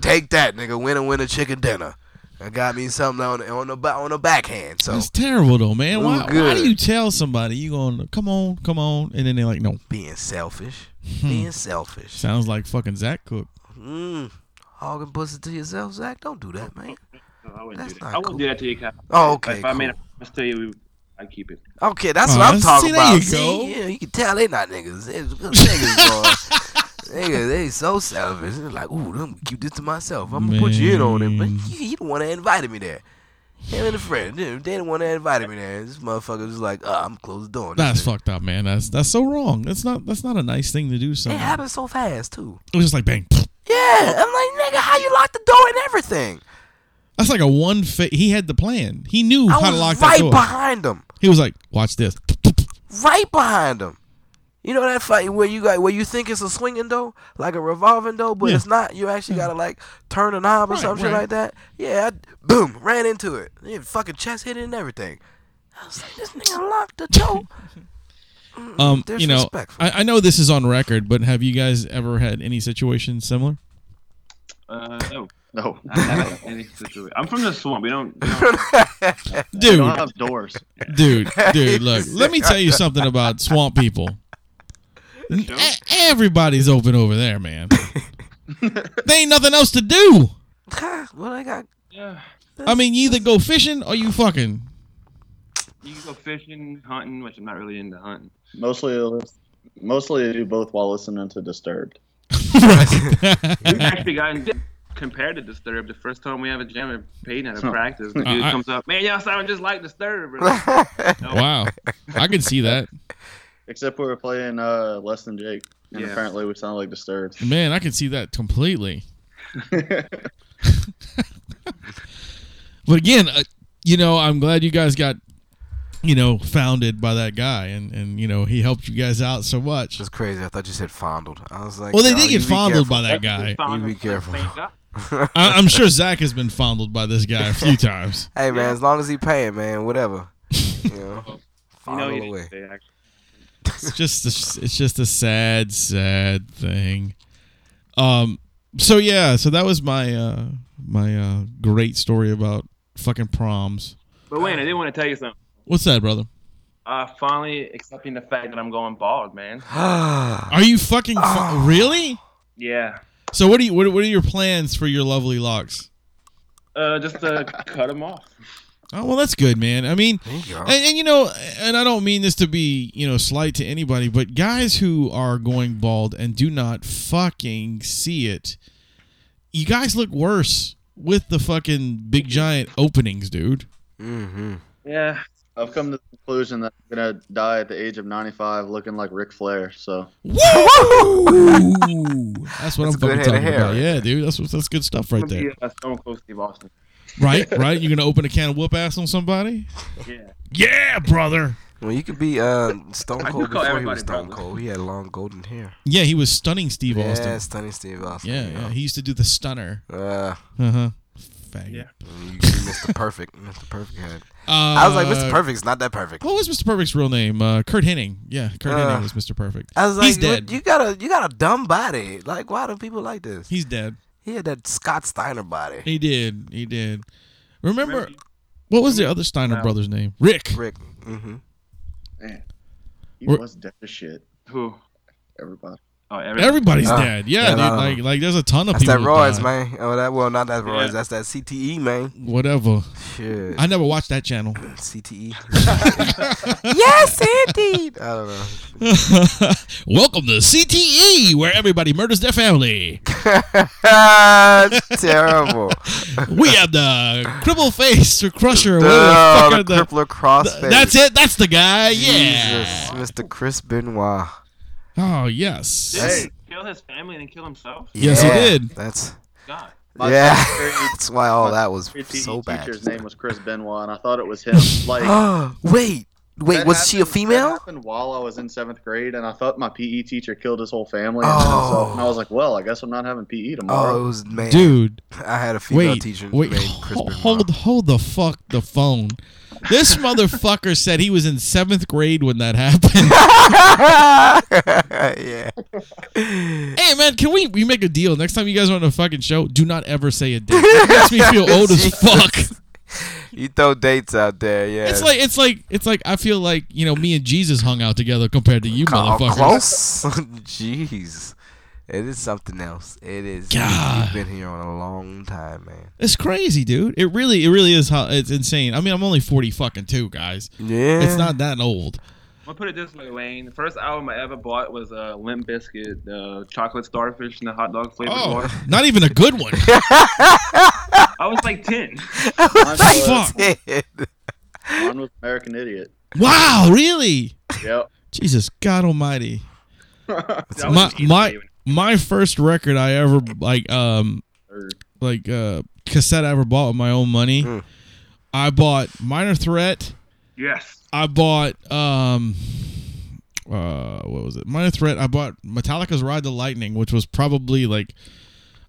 S4: take that, nigga. Winner, winner, chicken dinner. I got me something on on the ba- on the backhand. So
S3: That's terrible though, man.
S4: Ooh,
S3: Why, why
S4: good.
S3: do you tell somebody you going come on, come on, and then they're like, no.
S4: being selfish,
S3: Hmm.
S4: being selfish.
S3: Sounds like fucking Zach Cook.
S4: Mm. Hogging pussy to yourself, Zach. Don't do that, man.
S5: No, I wouldn't
S4: That's
S5: do that.
S4: not
S5: I wouldn't
S4: cool.
S5: do that to you, Cap.
S4: Oh, okay.
S5: if I made a
S4: cool.
S5: promise to you, we- I'd keep it.
S4: Okay, that's
S3: Aw,
S4: what I'm
S3: Oh,
S4: talking
S3: see, there
S4: about.
S3: you
S4: see,
S3: go.
S4: yeah, you can tell they not niggas. They- niggas, boy. Niggas, they so selfish. They're like, ooh, I'm gonna keep this to myself. I'm gonna put you in on it, but
S3: Man.
S4: you, you the one that invited me there. Him and a friend, they they the one that invited me there. This motherfucker was like, uh, I'm close the door. on this
S3: That's
S4: bitch.
S3: fucked up, man. That's that's so wrong. That's not that's not a nice thing to do. to
S4: It
S3: someone.
S4: happened so fast too.
S3: it was just like bang.
S4: Yeah, I'm like, nigga, how you lock the door and everything?
S3: That's like a one. Fa- he had the plan. He knew
S4: I
S3: how to lock
S4: was
S3: that
S4: right
S3: door.
S4: behind him,
S3: He was like, watch this.
S4: right behind him. You know that fight where you got where you think it's a swinging door, like a revolving door, but
S3: Yeah.
S4: it's not. You actually gotta like turn a knob or
S3: Right,
S4: something
S3: right.
S4: like that. Yeah, I, boom, ran into it. Yeah, fucking chest hit it and everything. I was like, this nigga locked the door.
S3: Um, you know,
S4: Disrespectful.
S3: I, I know this is on record, but have you guys ever had any situation similar?
S5: Uh, no.
S6: No,
S5: I haven't had any situation. I'm from the swamp. We don't. We don't
S6: they
S3: Dude,
S6: don't have doors.
S3: dude, dude, look, let me tell you something about swamp people. E- Everybody's open over there, man. they ain't nothing else to do.
S4: well, I got
S5: yeah.
S3: I mean, you either go fishing or you fucking.
S5: You can go fishing, hunting, which I'm not really into hunting.
S6: Mostly, mostly they do both while listening to Disturbed.
S5: We've actually gotten compared to Disturbed. The first time we ever jam at Peyton at a practice, the dude
S3: I-
S5: comes up, man, y'all sound just like Disturbed. We're like,
S3: wow, I can see that.
S6: Except we were playing uh, Less Than Jake, and
S5: Yeah.
S6: apparently we sound like Disturbed.
S3: Man, I can see that completely. but again, uh, you know, I'm glad you guys got, you know, founded by that guy, and and you know he helped you guys out so much.
S4: just crazy. I thought you said fondled. I was like,
S3: Well, they
S4: no,
S3: did
S4: you
S3: get
S4: be
S3: fondled by
S4: careful.
S3: that guy.
S5: Found
S4: You be
S5: him.
S4: careful.
S5: Thank God.
S3: I, I'm sure Zach has been fondled by this guy a few times.
S4: Hey man, as long as he paying, man, whatever. You know,
S5: You
S4: fondle
S5: know, you
S4: away.
S5: didn't say, actually.
S3: It's just a, it's just a sad, sad thing. Um. So yeah. So that was my uh my uh great story about fucking proms.
S5: But wait, I did want to tell you something.
S3: What's that, brother?
S5: Uh, finally accepting the fact that I'm going bald, man.
S3: Are you fucking fu-
S4: Ah.
S3: really?
S5: Yeah.
S3: So what do you what, what are your plans for your lovely locks?
S5: Uh, just to cut him off.
S3: Oh well, that's good, man. I mean,
S4: There you go.
S3: and, and you know, and I don't mean this to be you know slight to anybody, but guys who are going bald and do not fucking see it, you guys look worse with the fucking big giant openings, dude.
S4: Mm-hmm.
S5: Yeah.
S6: I've come to the conclusion that I'm gonna die at the age of 95 looking like Ric Flair. So
S3: Woo! that's what
S4: That's
S3: I'm
S4: a good
S3: fucking
S4: head of
S3: talking
S4: hair
S3: about.
S4: right
S3: Yeah, dude, that's what- that's good stuff right
S5: I'm gonna
S3: there.
S5: be, uh, Stone Cold Steve Austin.
S3: Right, right. You're gonna open a can of whoop ass on somebody?
S5: Yeah.
S3: Yeah, brother.
S4: Well, you could be uh, Stone
S5: I do
S4: Cold before he
S5: call
S4: was
S5: everybody
S4: Stone
S5: brother.
S4: Cold. He had long golden hair.
S3: Yeah, he was stunning Steve
S4: yeah,
S3: Austin.
S4: Stunning Steve Austin.
S3: Yeah, yeah, he used to do the stunner.
S4: Uh,
S3: Uh huh. Faggot.
S5: Yeah.
S4: you, you Mr. Perfect. Mr. Perfect had.
S3: Uh,
S4: I was like, Mr. Perfect's not that perfect.
S3: What was Mr. Perfect's real name? Uh, Kurt Henning. Yeah, Kurt
S4: Uh,
S3: Henning was Mr. Perfect.
S4: I was like,
S3: He's
S4: what-
S3: dead.
S4: You got a you got a dumb body. Like, why do people like this?
S3: He's dead.
S4: He had that Scott Steiner body.
S3: He did. He did. Remember,
S5: Remember-
S3: what was the other Steiner
S5: Wow.
S3: brother's name? Rick.
S4: Rick. Mm-hmm.
S6: man, he
S3: We're-
S6: was dead as shit.
S5: Who?
S6: Everybody.
S5: Oh, everybody.
S3: Everybody's
S4: Ah,
S3: dead. Yeah,
S4: yeah,
S3: dude,
S4: no, no.
S3: like like there's a ton of
S4: That's that
S3: people.
S4: Roy's,
S3: died.
S4: man. Oh, that well, not that Roy's.
S5: Yeah.
S4: That's that CTE, man.
S3: Whatever.
S4: Shit.
S3: I never watched that channel.
S4: CTE. E. yes, indeed. I don't know.
S3: Welcome to CTE, where everybody murders their family.
S4: That's terrible.
S3: We have the cripple face or crusher. or
S4: Duh,
S3: whatever the fuck are
S4: the
S3: the-
S4: crippler crossface.
S3: that's it. That's the guy. Yeah.
S4: Jesus, Mr. Chris Benoit.
S3: Oh yes.
S5: Did he kill his family and then kill himself?
S3: Yes, he
S4: Yeah,
S3: did.
S4: That's
S5: God.
S4: yeah.
S6: first grade-
S4: that's why all that was
S6: Your PE
S4: so bad.
S6: teacher's name was Chris Benoit, and I thought it was him. Like,
S4: wait, wait,
S6: that
S4: was she a
S6: happened- that
S4: female?
S6: happened while I was in seventh grade, and I thought my PE teacher killed his whole family. And,
S4: Oh.
S6: himself, and I was like, well, I guess I'm not having PE tomorrow.
S4: Oh, it was man.
S3: Dude,
S4: I had a female
S3: wait,
S4: teacher
S3: wait,
S4: named Chris
S3: ho-
S4: Benoit.
S3: hold, hold the fuck the phone. This motherfucker said he was in seventh grade when that happened.
S4: yeah.
S3: Hey man, can we we make a deal? Next time you guys are on a fucking show, do not ever say a date. It makes me feel old as fuck.
S4: You throw dates out there, yeah.
S3: It's like it's like it's like I feel like you know me and Jesus hung out together compared to you
S4: Oh,
S3: motherfuckers.
S4: close. Jeez. It is something else. It is.
S3: God.
S4: You've been here on a long time, man.
S3: It's crazy, dude. It really it really is how it's insane. I mean, I'm only forty fucking two, guys.
S4: Yeah.
S3: It's not that old.
S5: I'll put it this way, Lane. The first album I ever bought was uh, Limp Biscuit, the chocolate starfish and the hot dog flavored
S3: Oh,
S5: water.
S3: not even a good one.
S5: I was like 10.
S6: Mine was,
S3: Fuck.
S6: mine was American Idiot.
S3: Wow, really?
S6: Yep.
S3: Jesus God Almighty.
S5: That was
S3: my
S5: an easy
S3: my
S5: day.
S3: my first record I ever like um like uh cassette I ever bought with my own money.
S4: Mm.
S3: I bought Minor Threat.
S5: Yes.
S3: I bought um uh what was it? Minor Threat. I bought Metallica's Ride the Lightning, which was probably like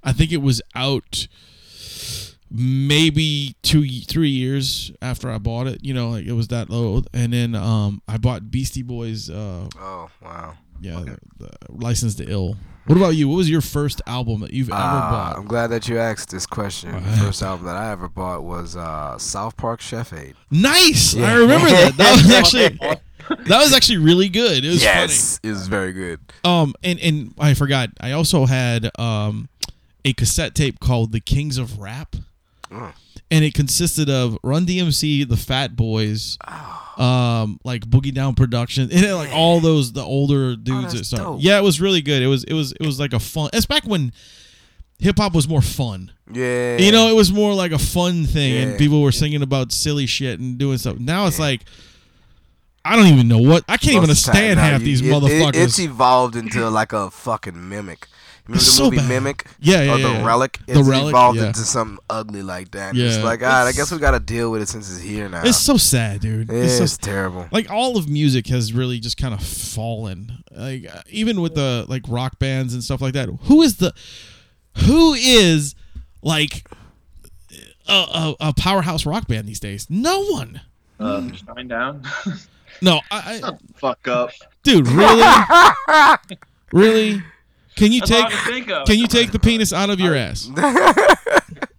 S3: I think it was out maybe two y- three years after I bought it. You know, like it was that low. And then um I bought Beastie Boys uh
S4: oh wow.
S3: yeah, the, the License to Ill. What about you? What was your first album that you've ever
S4: Uh,
S3: bought?
S4: I'm glad that you asked this question. The first album that I ever bought was uh, South Park Chef Aid.
S3: Nice. I remember that. That was actually that was actually really good. It was
S4: yes, it was very good.
S3: funny. Um and and I forgot. I also had um a cassette tape called The Kings of Rap.
S4: Ah.
S3: And it consisted of Run DMC, The Fat Boys,
S4: Ah.
S3: um, like Boogie Down Productions, and then, like all those the older dudes.
S4: Oh, that's
S3: that started.
S4: dope.
S3: yeah, it was really good. It was it was it was like a fun. It's back when hip hop was more fun.
S4: Yeah.
S3: You know, it was more like a fun thing, and
S4: Yeah.
S3: people were singing about silly shit and doing stuff. Now it's like, I don't even know what. I can't even
S4: Most of the time,
S3: understand
S4: nah,
S3: half
S4: you-
S3: these
S4: it- it-
S3: motherfuckers.
S4: it's evolved into like a fucking mimic. Remember
S3: It's
S4: the
S3: so
S4: movie
S3: bad.
S4: Mimic?
S3: Yeah, yeah,
S4: Or the
S3: yeah, yeah.
S4: Relic?
S3: The
S4: It's
S3: Relic,
S4: evolved
S3: yeah.
S4: into something ugly like that.
S3: Yeah.
S4: It's like, all right, I guess we got to deal with it since it's here now.
S3: It's so sad, dude.
S4: Yeah,
S3: It's so
S4: it's terrible.
S3: like all of music has really just kind of fallen like uh, even with the like rock bands and stuff like that who is the who is like a, a, a powerhouse rock band these days no one
S5: Shine down.
S3: no i, I
S6: Fuck up.
S3: dude really really can you
S5: That's all I
S3: take
S5: can think of.
S3: can you take the penis out of your ass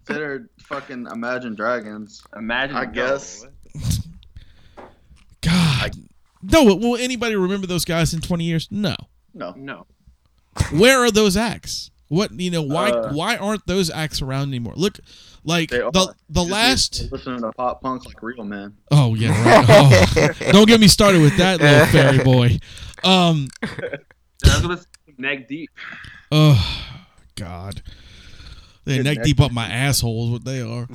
S6: Considered fucking Imagine Dragons.
S5: Imagine.
S6: I
S5: no.
S6: guess.
S3: god no will anybody remember those guys in 20 years no
S6: No.
S5: No.
S3: where are those acts? What you know? Why
S6: Uh,
S3: why aren't those acts around anymore? Look, like
S6: They
S3: the
S6: are.
S3: the
S6: Just
S3: last.
S6: Listening to pop punk like real man.
S3: Oh yeah, right. Oh, don't get me started with that little fairy boy. Um,
S5: I was gonna say neck deep.
S3: oh God, they neck deep up my asshole is what they are.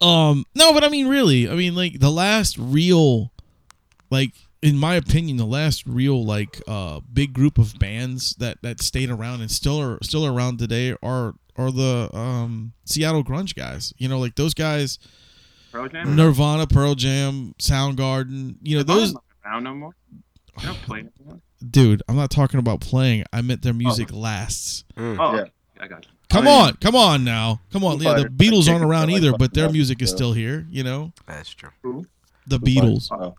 S3: Um, no, but I mean, really, I mean, like the last real, like in my opinion, the last real like uh big group of bands that that stayed around and still are still around today are are the um Seattle grunge guys. You know, like those guys,
S5: Pro Jam.
S3: Nirvana, Pearl Jam, Soundgarden. You know, those
S5: not around no more. They don't play no more.
S3: dude. I'm not talking about playing. I meant their music lasts.
S5: Oh,
S6: Yeah.
S5: I got you.
S3: Come
S6: Oh. I mean-
S3: on, come on now, come on.
S6: Foo
S3: Yeah, the
S6: Fighters,
S3: Beatles
S6: like,
S3: aren't around
S6: like,
S3: either,
S6: like,
S3: but their
S6: like,
S3: music is
S6: uh,
S3: still here. You know,
S4: That's true.
S3: the Beatles.
S6: Oh,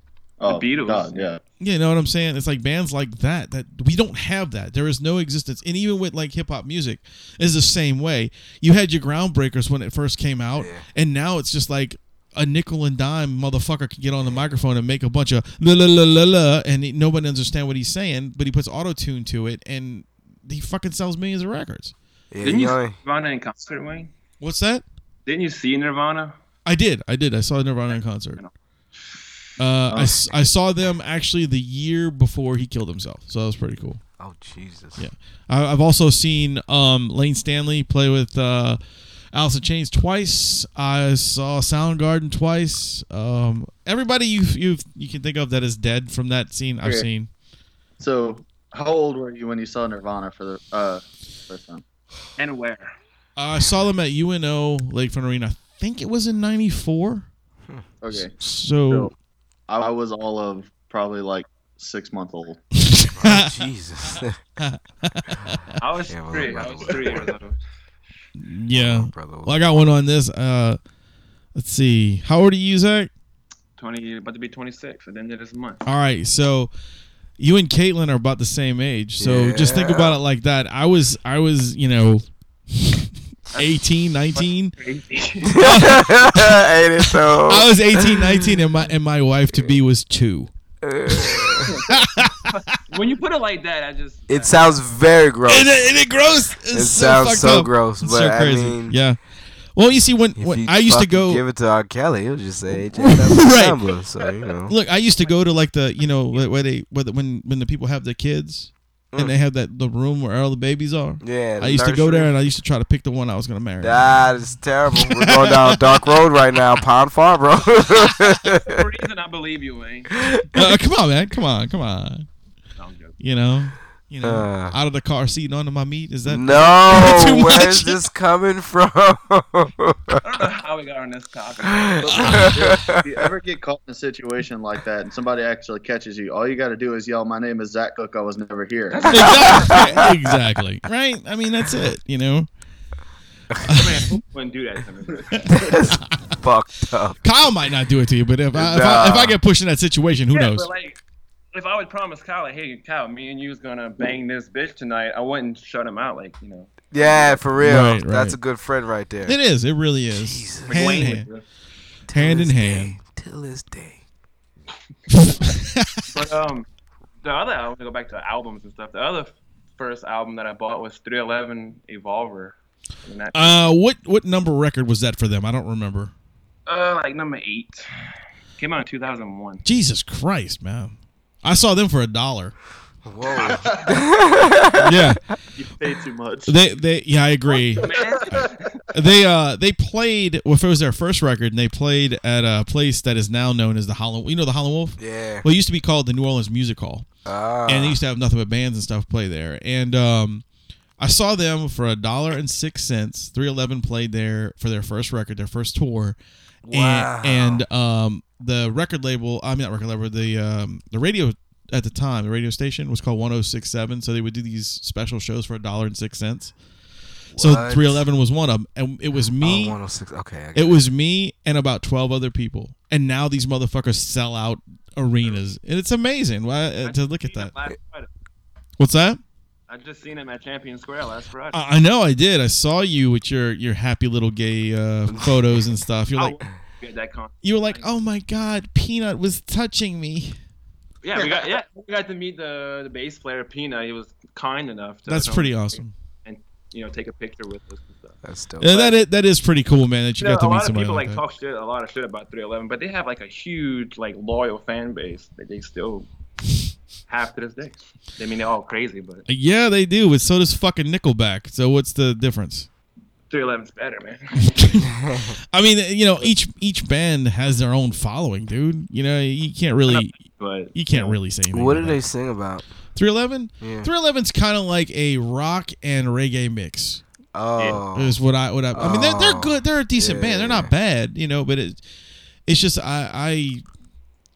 S5: The
S6: oh,
S5: Beatles.
S6: God, yeah.
S3: You know what I'm saying? It's like bands like that that we don't have that. There is no existence, and even with like hip hop music, is the same way. You had your groundbreakers when it first came out, and now it's just like a nickel and dime motherfucker can get on the microphone and make a bunch of la la la la la, and he- nobody understand what he's saying, but he puts auto tune to it, and he fucking sells millions of records.
S4: Yeah,
S5: Didn't
S4: you
S5: you
S4: know,
S5: see Nirvana in concert, Wayne?
S3: What's that?
S5: Didn't you see Nirvana?
S3: I did. I did. I saw Nirvana in concert. Uh, I, s- I saw them actually the year before he killed himself, so that was pretty cool.
S4: oh Jesus.
S3: Yeah, I, I've also seen um, Lane Stanley play with uh, Alice in Chains twice. I saw Soundgarden twice. Um, everybody you you you can think of that is dead from that scene, I've
S6: Okay.
S3: seen.
S6: So, how old were you when you saw Nirvana for the uh, first time?
S5: And where?
S3: I saw them at UNO Lakefront Arena. I think it was in '94.
S6: Okay.
S3: So,
S6: I, I was all of probably like six months old.
S4: Oh, Jesus.
S5: I was
S4: Yeah, well,
S5: three. I
S4: rather
S5: was
S4: well.
S5: three years old.
S3: yeah.
S4: Brother.
S3: Well, I got one on this. Uh, let's see. How old are you, Zach?
S5: twenty, about to be twenty six at the end of this month.
S3: All right, so you and Caitlin are about the same age, so just think about it like that. I was, I was, you know, 18, 19.
S4: Ain't it so?
S3: I was 18, 19, and my and my wife to be was two.
S5: when you put it like that, I just
S4: It sounds very gross.
S3: And
S4: It,
S3: it, and it gross. It's so
S4: sounds
S3: fucked
S4: so
S3: up.
S4: gross,
S3: It's
S4: but
S3: so
S4: I
S3: crazy.
S4: mean,
S3: yeah. Well, you see, when,
S4: if
S3: when
S4: you
S3: I used to
S4: fucking
S3: go,
S4: give it to R. Kelly, he'll just say AJ right. So you know,
S3: look, I used to go to like the you know where where they where the, when when the people have their kids and they have that the room where all the babies are.
S4: Mm. yeah.
S3: I used to go there and I used to try to pick the one I was gonna marry.
S4: That is terrible. We're going down a dark road right now, Pond Farm, bro.
S5: for a reason I believe you, Wayne.
S3: Uh, come on, man. Come on. Come on.
S5: No, I'm joking.
S3: You know. You know.
S4: Uh.
S3: out of the car seat and onto my meat. Is that? Too
S4: no,
S3: much.
S4: where's this coming from?
S5: I don't know how we got on this topic.
S4: That's
S6: If you ever get caught in a situation like that and somebody actually catches you, all you got to do is yell, "My name is Zach Cook. I was never here."
S3: Exactly. exactly. Right. I mean, that's it. You know.
S5: Man, wouldn't do that to me.
S4: fucked up.
S3: Kyle might not do it to you, but if I if, I, if I get pushed in that situation, who
S5: Yeah,
S3: knows?
S5: But like, if I would promise Kyle, like, hey, Kyle, me and you was gonna bang this bitch tonight, I wouldn't shut him out. Like, you know,
S4: Yeah, for real.
S3: Right, right.
S4: That's a good friend right there.
S3: It is. It really is. Hand in
S5: Wayne
S3: hand.
S5: would.
S3: Hand in hand.
S4: Till this day.
S5: But um, the other I want to go back to albums and stuff. The other first album that I bought was 311 Evolver. And that,
S3: Uh, what what number record was that for them? I don't remember.
S5: uh, like number eight. Came out in 2001.
S3: Jesus Christ, man! I saw them for a dollar.
S4: Whoa.
S3: Yeah,
S6: you pay too much.
S3: they they yeah, I agree. They uh they played. Well, if it was their first record, and they played at a place that is now known as the Hollow. You know the Hollow Wolf.
S4: Yeah.
S3: Well, it used to be called the New Orleans Music Hall.
S4: Ah.
S3: and they used to have nothing but bands and stuff play there. And um, I saw them for a dollar and six cents. Three Eleven played there for their first record, their first tour.
S4: Wow.
S3: And, and um, the record label, I mean not record label, the um, the radio at the time, the radio station was called 106.7. So they would do these special shows for a dollar and six cents. So
S4: What?
S3: Three Eleven was one of them, and it was me.
S4: Oh, 106. Okay. I
S3: It was me and about 12 other people. And now these motherfuckers sell out arenas. And it's amazing why, uh, to look at
S5: Seen him
S3: that.
S5: last Friday.
S3: What's that?
S5: I just seen him at Champion Square last Friday.
S3: I I know I did. I saw you with your your happy little gay uh, photos and stuff. You're
S5: I
S3: like
S5: won't be at that con.
S3: you were like, "Oh my god, Peanut was touching me."
S5: Yeah, we got yeah, we got to meet the the bass player Pina. He was kind enough. To
S3: That's
S5: come
S3: pretty awesome.
S5: And you know, take a picture with us and stuff.
S4: That's dope.
S3: Yeah, that is, that is pretty cool, man. That you
S5: You
S3: got
S5: know,
S3: to
S5: a
S3: meet
S5: lot of
S3: somebody
S5: people
S3: like
S5: like
S3: that.
S5: talk shit, a lot of shit about 311, but they have like a huge like loyal fan base that they still have to this day. I mean, they're all crazy, but
S3: yeah, they do. But so does fucking Nickelback. So what's the difference?
S5: 311's better, man.
S3: I mean, you know, each each band has their own following, dude. You know, you can't really
S5: But
S3: you can't really say anything.
S4: What
S3: about
S4: did they sing about?
S3: that. 311?
S4: Yeah.
S3: 311's kind of like a rock and reggae mix.
S4: Oh.
S3: is what I what I, I mean. They're, they're
S4: Oh,
S3: good. They're a decent band. They're not bad, you know. But it, it's just I I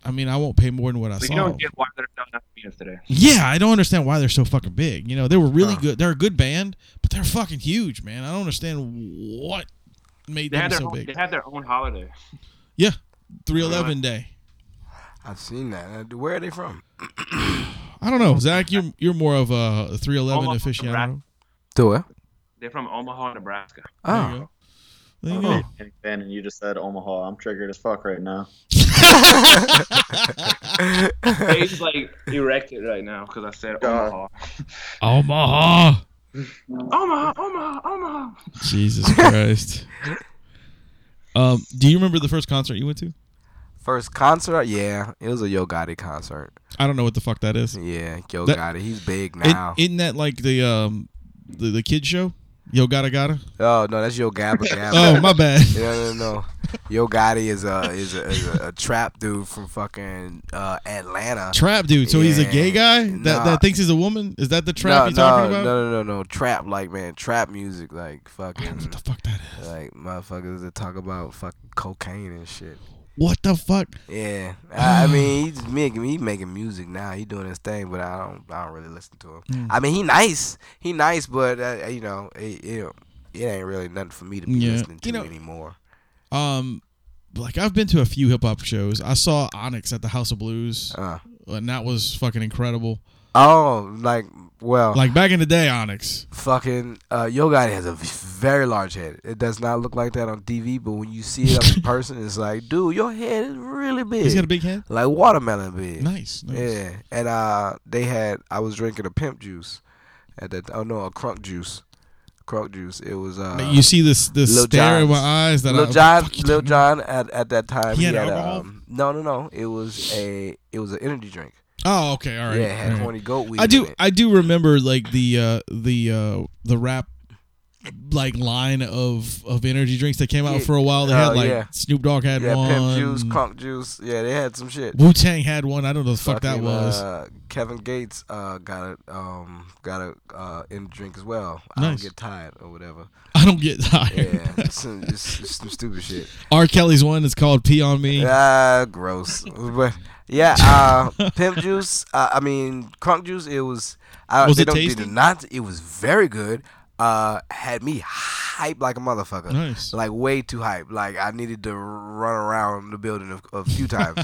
S3: I mean I won't pay more than what I
S5: we
S3: saw.
S5: don't get why they're selling out peanuts today.
S3: yeah, I don't understand why they're so fucking big. You know, they were really good. They're a good band, but they're fucking huge, man. I don't understand what made
S5: They
S3: them
S5: had their
S3: so
S5: own,
S3: big.
S5: they had their own holiday.
S3: yeah, three eleven day.
S4: Oh, I've seen that. Uh, Where are they from?
S3: I don't know, Zach. You're you're more of a three eleven
S5: Almost
S3: aficionado.
S4: Do it.
S5: They're from Omaha, Nebraska.
S3: There you
S4: Oh.
S3: go. There you go.
S6: And and you just said Omaha. I'm triggered as fuck right now.
S3: Oh.
S5: Dave's like erected right now because I said
S6: God.
S5: Omaha.
S3: Omaha.
S5: Omaha, Omaha, Omaha.
S3: Jesus Christ. Um, do you remember the first concert you went to?
S4: First concert? Yeah. It was a Yo Gotti concert.
S3: I don't know what the fuck that is.
S4: Yeah. Yo
S3: That-
S4: Gotti. He's big
S3: It,
S4: now.
S3: isn't that like the um the, the kid show? Yo gotta gotta.
S4: oh, no. That's Yo Gabba Gabba.
S3: Oh my bad.
S4: No, no, no. Yo Gotti is a is a, is a, a trap dude from fucking uh, Atlanta.
S3: Trap dude. So he's a gay guy that,
S4: Nah.
S3: that thinks he's a woman. Is that the trap
S4: no,
S3: you're
S4: no,
S3: talking about?
S4: no, no, no, no. Trap like man, trap music like fucking
S3: What the fuck that is?
S4: like motherfuckers that talk about fucking cocaine and shit.
S3: What the fuck?
S4: Yeah, I, I mean he's making he making music now. He doing his thing, but I don't I don't really listen to him.
S3: Hmm.
S4: I mean he nice, he nice, but uh, you know it, it, it ain't really nothing for me to be
S3: Yeah.
S4: listening to
S3: You know-
S4: anymore.
S3: Um, like I've been to a few hip hop shows. I saw Onyx at the House of Blues,
S4: Uh,
S3: and that was fucking incredible.
S4: oh, like well,
S3: Like back in the day, Onyx.
S4: fucking uh, Yo Gotti has a v- very large head. It does not look like that on TV, but when you see it up in person, it's like, dude, your head is really big,
S3: He's got a big head.
S4: like watermelon big.
S3: Nice. nice.
S4: Yeah, and uh, they had I was drinking a pimp juice, at that oh no a crunk juice, crunk juice. It was uh
S3: Like, you see this this
S4: Lil
S3: stare in my
S4: Jon's.
S3: eyes that
S4: Lil
S3: I
S4: John,
S3: fuck you
S4: Lil
S3: talking about?
S4: John at, at that time
S3: He had
S4: a,
S3: alcohol?
S4: um, no no no it was a it was an energy drink.
S3: Oh, okay, all right.
S4: yeah, it had
S3: all right.
S4: corny goat weed.
S3: I
S4: in
S3: do
S4: it.
S3: I do remember like the uh the uh the rap like line of of energy drinks that came out
S4: Yeah.
S3: for a while. They
S4: Oh,
S3: had like
S4: yeah.
S3: Snoop Dogg had
S4: yeah, pimp juice,
S3: one.
S4: crunk juice. Yeah, they had some shit.
S3: Wu Tang had one. I don't know the fuck that
S4: Fucking,
S3: was.
S4: Uh, Kevin Gates uh, got a um, got a uh, energy drink as well. I
S3: Nice.
S4: don't get tired or whatever.
S3: I don't get tired.
S4: Yeah, it's some, it's, it's some stupid shit.
S3: R. Kelly's one is called Pee on Me.
S4: Ah, gross. But yeah, uh, pimp juice. Uh, I mean, crunk juice. It was. Uh,
S3: Was
S4: they
S3: it
S4: don't, they
S3: tasty?
S4: did not. It was very good. Uh, had me hype like a motherfucker.
S3: Nice.
S4: Like way too hype. Like I needed to run around the building a, a few times.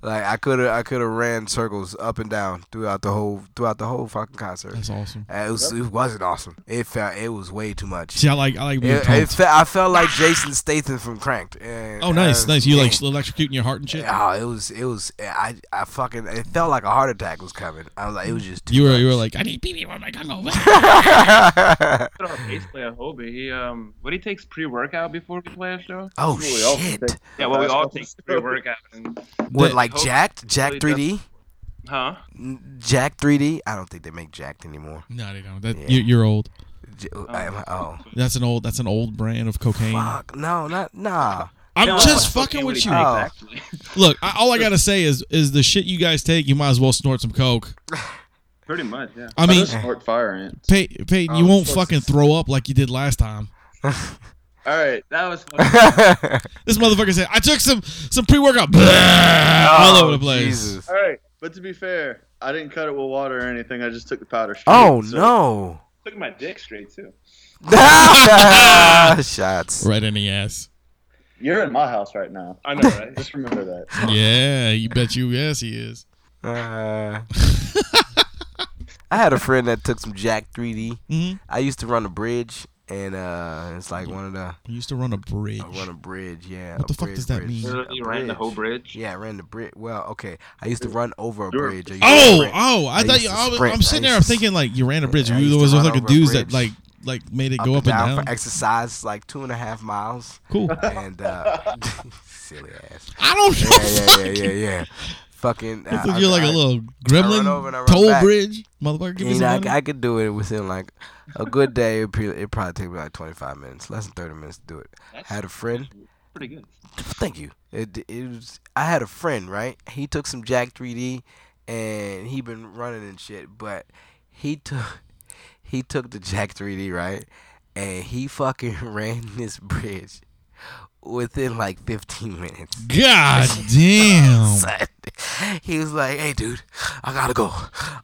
S4: like I could have. I could have ran circles up and down throughout the whole throughout the whole fucking concert.
S3: That's awesome.
S4: Uh, it was. It wasn't awesome. It felt. It was way too much.
S3: See, I like I like being
S4: It, it
S3: pumped.
S4: fe- I felt like Jason Statham from Cranked. and
S3: Oh, nice,
S4: I-
S3: nice. You like
S4: uh, yeah.
S3: electrocuting your heart and shit.
S4: Oh, it was it was I I fucking it felt like a heart attack was coming. I was like it was just too
S3: You were
S4: much.
S3: you were like I need pee pee on my gungo.
S5: Put our bass player Hobie. He um, what he takes pre-workout before we play a show.
S4: oh
S6: Really awful
S4: shit.
S6: thing.
S5: Yeah, well, we all take pre-workout. And,
S4: What
S3: That-
S4: like
S5: Hope
S4: jacked? Jack
S5: really
S4: 3D?
S5: huh?
S4: N- Jack 3D? I don't think they make jacked anymore.
S3: No, they don't. That,
S4: Yeah.
S3: you're, you're old.
S4: J- I- oh.
S3: That's an old. That's an old brand of
S5: Oh.
S3: cocaine.
S4: Fuck. No, not nah.
S3: I'm
S5: No,
S3: just
S5: it's okay
S3: fucking
S5: what
S3: with
S5: he
S3: you.
S5: takes,
S4: Oh.
S5: actually.
S3: Look, I, all I gotta say is is the shit you guys take, you might as well snort some coke.
S5: Pretty much, yeah.
S3: I
S6: I
S3: mean,
S6: just snort fire in it.
S3: Pey- Peyton, you
S6: Oh,
S3: won't
S6: fuck.
S3: fucking throw up like you did last time.
S6: All right.
S5: That was
S3: This motherfucker said, "I took some some pre workout all over the place."
S4: Oh, Jesus.
S6: All right. But to be fair, I didn't cut it with water or anything. I just took the powder. straight,
S4: Oh
S6: so-
S4: no.
S5: took my dick straight too.
S4: Shots.
S3: Right in the ass.
S6: You're in my house right now.
S5: I know, right?
S6: Just remember that.
S3: Yeah, you bet you. Yes, he is.
S4: Uh, I had a friend that took some Jack 3D.
S3: Mm-hmm.
S4: I used to run a bridge, and uh, it's like one of the
S3: He used to run a bridge.
S4: I run a bridge, yeah.
S3: What
S4: a
S3: the fuck
S4: bridge,
S3: does that
S4: bridge,
S3: mean?
S4: a
S5: Literally Uh, ran the
S4: bridge.
S5: whole bridge.
S4: Yeah, I ran the bridge. Well, okay. I used to run over a
S6: You're-
S4: bridge. I used to
S3: Oh,
S4: sprint
S3: oh! I,
S4: I
S3: thought
S4: used
S3: you.
S4: to
S3: I was,
S4: sprint.
S3: I'm sitting
S4: I
S3: there. I'm
S4: used to-
S3: thinking like you ran a bridge.
S4: Yeah, I
S3: you
S4: used
S3: there
S4: to
S3: was
S4: run
S3: like a
S4: over a
S3: dudes that
S4: bridge.
S3: like like made it go up, and down.
S4: for exercise, like two and a half miles.
S3: cool.
S4: And uh, silly ass.
S3: I don't know.
S4: Yeah, yeah, yeah, yeah, yeah. Fucking. uh,
S3: It's like you're like a little gremlin
S4: over and I run
S3: toll
S4: back.
S3: bridge, motherfucker. Give me
S4: You know,
S3: some
S4: I,
S3: money.
S4: I could do it within like a good day. It pre- it probably take me like 25 minutes, less than 30 minutes to do it. Had a friend
S5: Pretty good.
S4: Thank you. It, it was, I had a friend, right? He took some Jack 3D, and he been running and shit. But he took he took the Jack 3D, right? And he fucking ran this bridge within like 15 minutes.
S3: God damn.
S4: Son. He was like, "Hey, dude, I gotta go.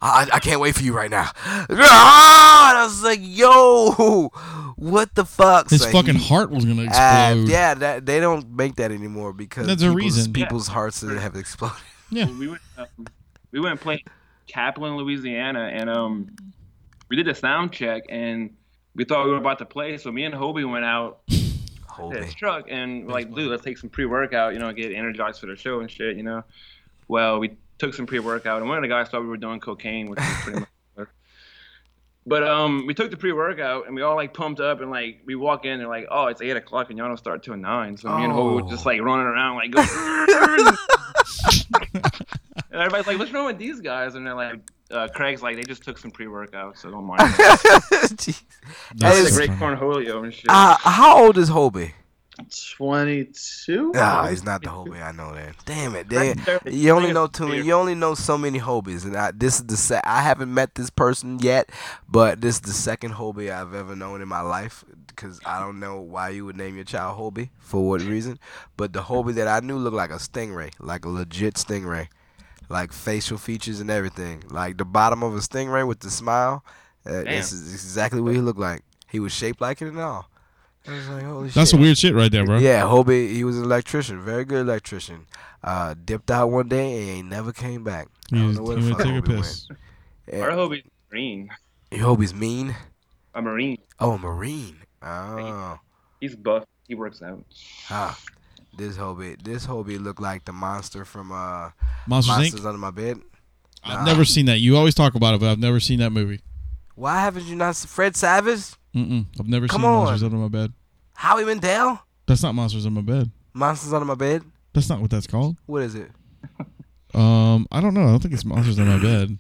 S4: I, I can't wait for you right now." And I was like, "Yo, what the fuck?"
S3: His
S4: So
S3: fucking
S4: he-
S3: heart was gonna
S4: uh,
S3: explode.
S4: yeah, that, they don't make that anymore because
S3: That's a
S4: people's-
S3: reason.
S4: people's hearts that have exploded.
S3: Yeah.
S5: we went um, we went and played Kaplan, Louisiana, and um, we did a sound check, and we thought we were about to play. So me and Hobie went out
S4: Hold
S5: to
S4: it.
S5: his truck, and we're like, dude, let's take some pre-workout, you know, get energized for the show and shit, you know. Well, we took some pre-workout, and one of the guys thought we were doing cocaine, which was pretty much. But um, we took the pre-workout and we all like pumped up and like we walk in and like oh it's eight o'clock and y'all don't start till nine so me and Hobie
S4: Oh.
S5: were just like running around like go And everybody's like, what's wrong with these guys? And they're like, uh, Craig's like, they just took some pre workout, so don't mind. It's
S4: Jeez.
S3: That's
S5: the
S4: It's-
S5: great
S3: funny.
S5: cornholio and shit.
S4: Uh, how old is Hobie?
S6: 22?
S4: Nah, he's not the Hobie. I know that. Damn it, damn.
S5: They're-
S4: You only
S5: they're-
S4: know too many. You only know so many Hobies, and I, this is the se- I haven't met this person yet, but this is the second Hobie I've ever known in my life. Because I don't know why you would name your child Hobie for what reason, but the Hobie that I knew looked like a stingray, like a legit stingray, like facial features and everything, like the bottom of a stingray with the smile. Uh, this is exactly what he looked like. He was shaped like it and all. I was like, holy
S3: That's
S4: shit.
S3: some weird shit right there, bro.
S4: Yeah, Hobie, he was an electrician, very good electrician. Uh, dipped out one day and ain't never came back.
S3: He,
S4: Eh, I don't
S3: was-
S4: know where
S3: he
S4: the
S3: went
S4: fuck
S3: to take a
S4: Hobie
S3: piss.
S4: went.
S5: Our
S4: Yeah.
S5: Hobie's a Marine.
S4: Hobie's mean.
S5: A Marine.
S4: Oh, a Marine. Oh,
S5: He's buff. He works out.
S4: ah, this Hobie, this Hobie looked like the monster from uh,
S3: Monsters
S4: Monsters
S3: Inc.
S4: Under My Bed.
S3: I've never seen that. You always talk about it, but I've never seen that movie.
S4: Why haven't you not? s- Fred Savage,
S3: Mm-mm. I've never
S4: Come
S3: seen
S4: on.
S3: Monsters Under My Bed.
S4: Howie Mandel,
S3: That's not Monsters Under My Bed.
S4: Monsters Under My Bed.
S3: That's not what that's called.
S4: What is it?
S3: Um, I don't know. I don't think it's Monsters Under My Bed.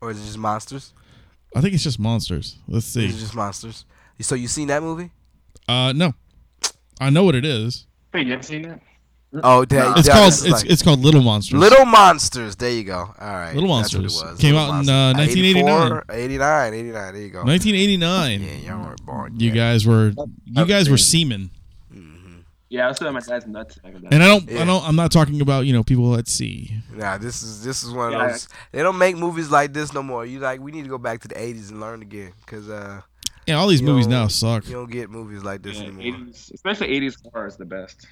S4: Or is it just monsters?
S3: I think it's just monsters. Let's see.
S4: Is it just monsters? So you seen that movie?
S3: Uh, no, I know what it is.
S5: Wait, you haven't seen that?
S4: Oh, that,
S3: It's
S4: yeah,
S3: called
S4: this is
S3: it's,
S4: like-
S3: it's called Little Monsters.
S4: Little Monsters. There you go. All right.
S3: Little
S4: that's what it
S3: Monsters.
S4: was,
S3: Came
S4: Little
S3: out in, uh,
S4: Monsters.
S3: 1989.
S4: 84, 89, 89. There you go.
S3: 1989.
S4: Yeah, y'all weren't born.
S3: You
S4: yet.
S3: guys were you guys were seamen,
S5: Yeah, I was telling my dad's nuts back in that.
S3: and I don't
S4: Yeah.
S3: I don't I'm not talking about you know people at sea.
S4: Nah, this is this is one of
S5: Yeah.
S4: those. They don't make movies like this no more. You like we need to go back to the 80s and learn again because uh,
S3: Yeah, all these
S4: You
S3: movies
S4: know,
S3: now suck.
S4: you don't get movies like this
S5: Yeah,
S4: anymore. Mm.
S5: 80s, especially 80s horror is the best.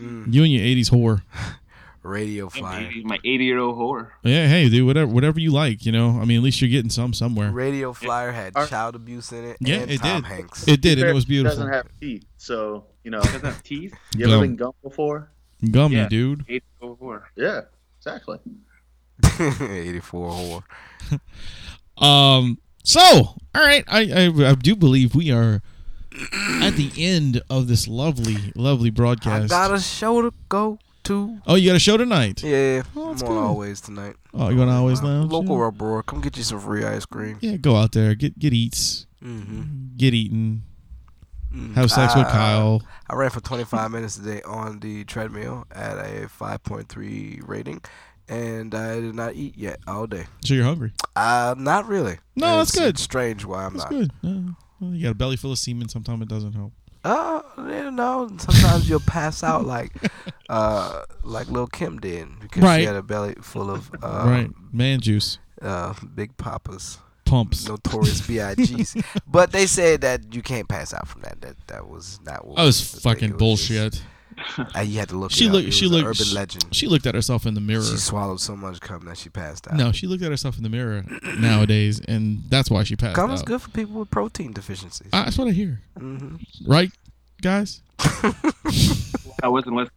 S3: You and your 80s whore.
S4: Radio
S5: My
S4: Flyer.
S5: 80 my 80 year old horror.
S3: Yeah, hey dude, whatever whatever you like, you know. I mean, at least you're getting some somewhere.
S4: Radio Flyer had
S6: Our-
S4: child abuse in it.
S3: Yeah,
S4: and
S3: it
S4: Tom
S3: did.
S4: Hanks.
S3: It did, and it was
S6: He
S3: beautiful.
S6: doesn't have teeth, so you know.
S5: Doesn't have teeth.
S6: You ever
S3: Gum.
S6: been gum before?
S3: Gummy,
S5: Yeah.
S3: dude.
S5: 80 year old horror.
S6: Yeah, exactly.
S4: 84 whore.
S3: Um. So, all right, I, I I do believe we are at the end of this lovely lovely
S4: I
S3: broadcast.
S4: got a show to go to.
S3: oh, you got a show tonight.
S4: Yeah,
S3: Oh,
S4: I'm
S3: that's
S4: on
S3: good.
S4: always tonight.
S3: Oh, you're going to always lounge.
S4: Uh, Local
S3: yeah.
S4: Rub Roar. Come get you some free ice cream.
S3: yeah, go out there, get get eats,
S4: Mm-hmm.
S3: get eaten, have sex with
S4: Ah.
S3: Kyle.
S4: I ran for 25 minutes today on the treadmill at a 5.3 rating, and I did not eat yet all day.
S3: So you're hungry.
S4: Uh, not really.
S3: No, that's
S4: It's-
S3: good.
S4: It's strange why I'm
S3: That's
S4: not.
S3: good. Yeah. Well, you got a belly full of semen. Sometimes it doesn't help.
S4: Uh, you know, sometimes you'll pass out like, uh, like Lil Kim did because she
S3: Right.
S4: had a belly full of uh,
S3: right, man juice
S4: uh, Big Papa's
S3: pumps.
S4: notorious B.I.G.'s. but they said that you can't pass out from that. That that was not what
S3: That was
S4: the thing.
S3: fucking
S4: It was just-
S3: bullshit.
S4: uh, you had to look.
S3: She
S4: it up.
S3: looked-
S4: It
S3: she
S4: was an
S3: looked-
S4: Urban legend.
S3: She looked at herself in the mirror.
S4: She swallowed so much cum that she passed out.
S3: no, she looked at herself in the mirror nowadays, and that's why she passed
S4: cum
S3: out.
S4: is good for people with protein deficiencies.
S3: Ah, that's what I hear.
S4: hmm
S3: Right, guys?
S5: I wasn't listening.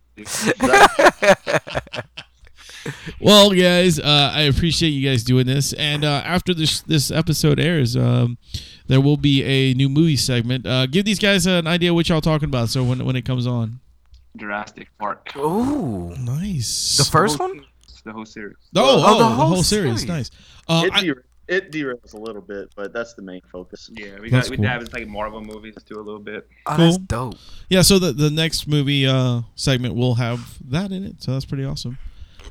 S3: Well, guys, uh, I appreciate you guys doing this. And uh, after this this episode airs, um, there will be a new movie segment. Uh, give these guys an idea what y'all talking about. So when when it comes on,
S5: Jurassic Park.
S4: Ooh,
S3: nice.
S4: the first
S5: whole
S4: one.
S5: series, The whole series.
S3: oh,
S4: oh,
S3: oh, the whole, series.
S4: series.
S3: nice. Uh,
S6: it,
S3: I-
S6: der- it derails a little bit, but that's the main focus.
S5: Yeah, we
S3: That's
S5: got we
S3: cool.
S5: dive into like Marvel movies too a little bit.
S4: Oh,
S3: Cool.
S4: that's dope.
S3: yeah, so the the next movie uh, segment will have that in it. So that's pretty awesome.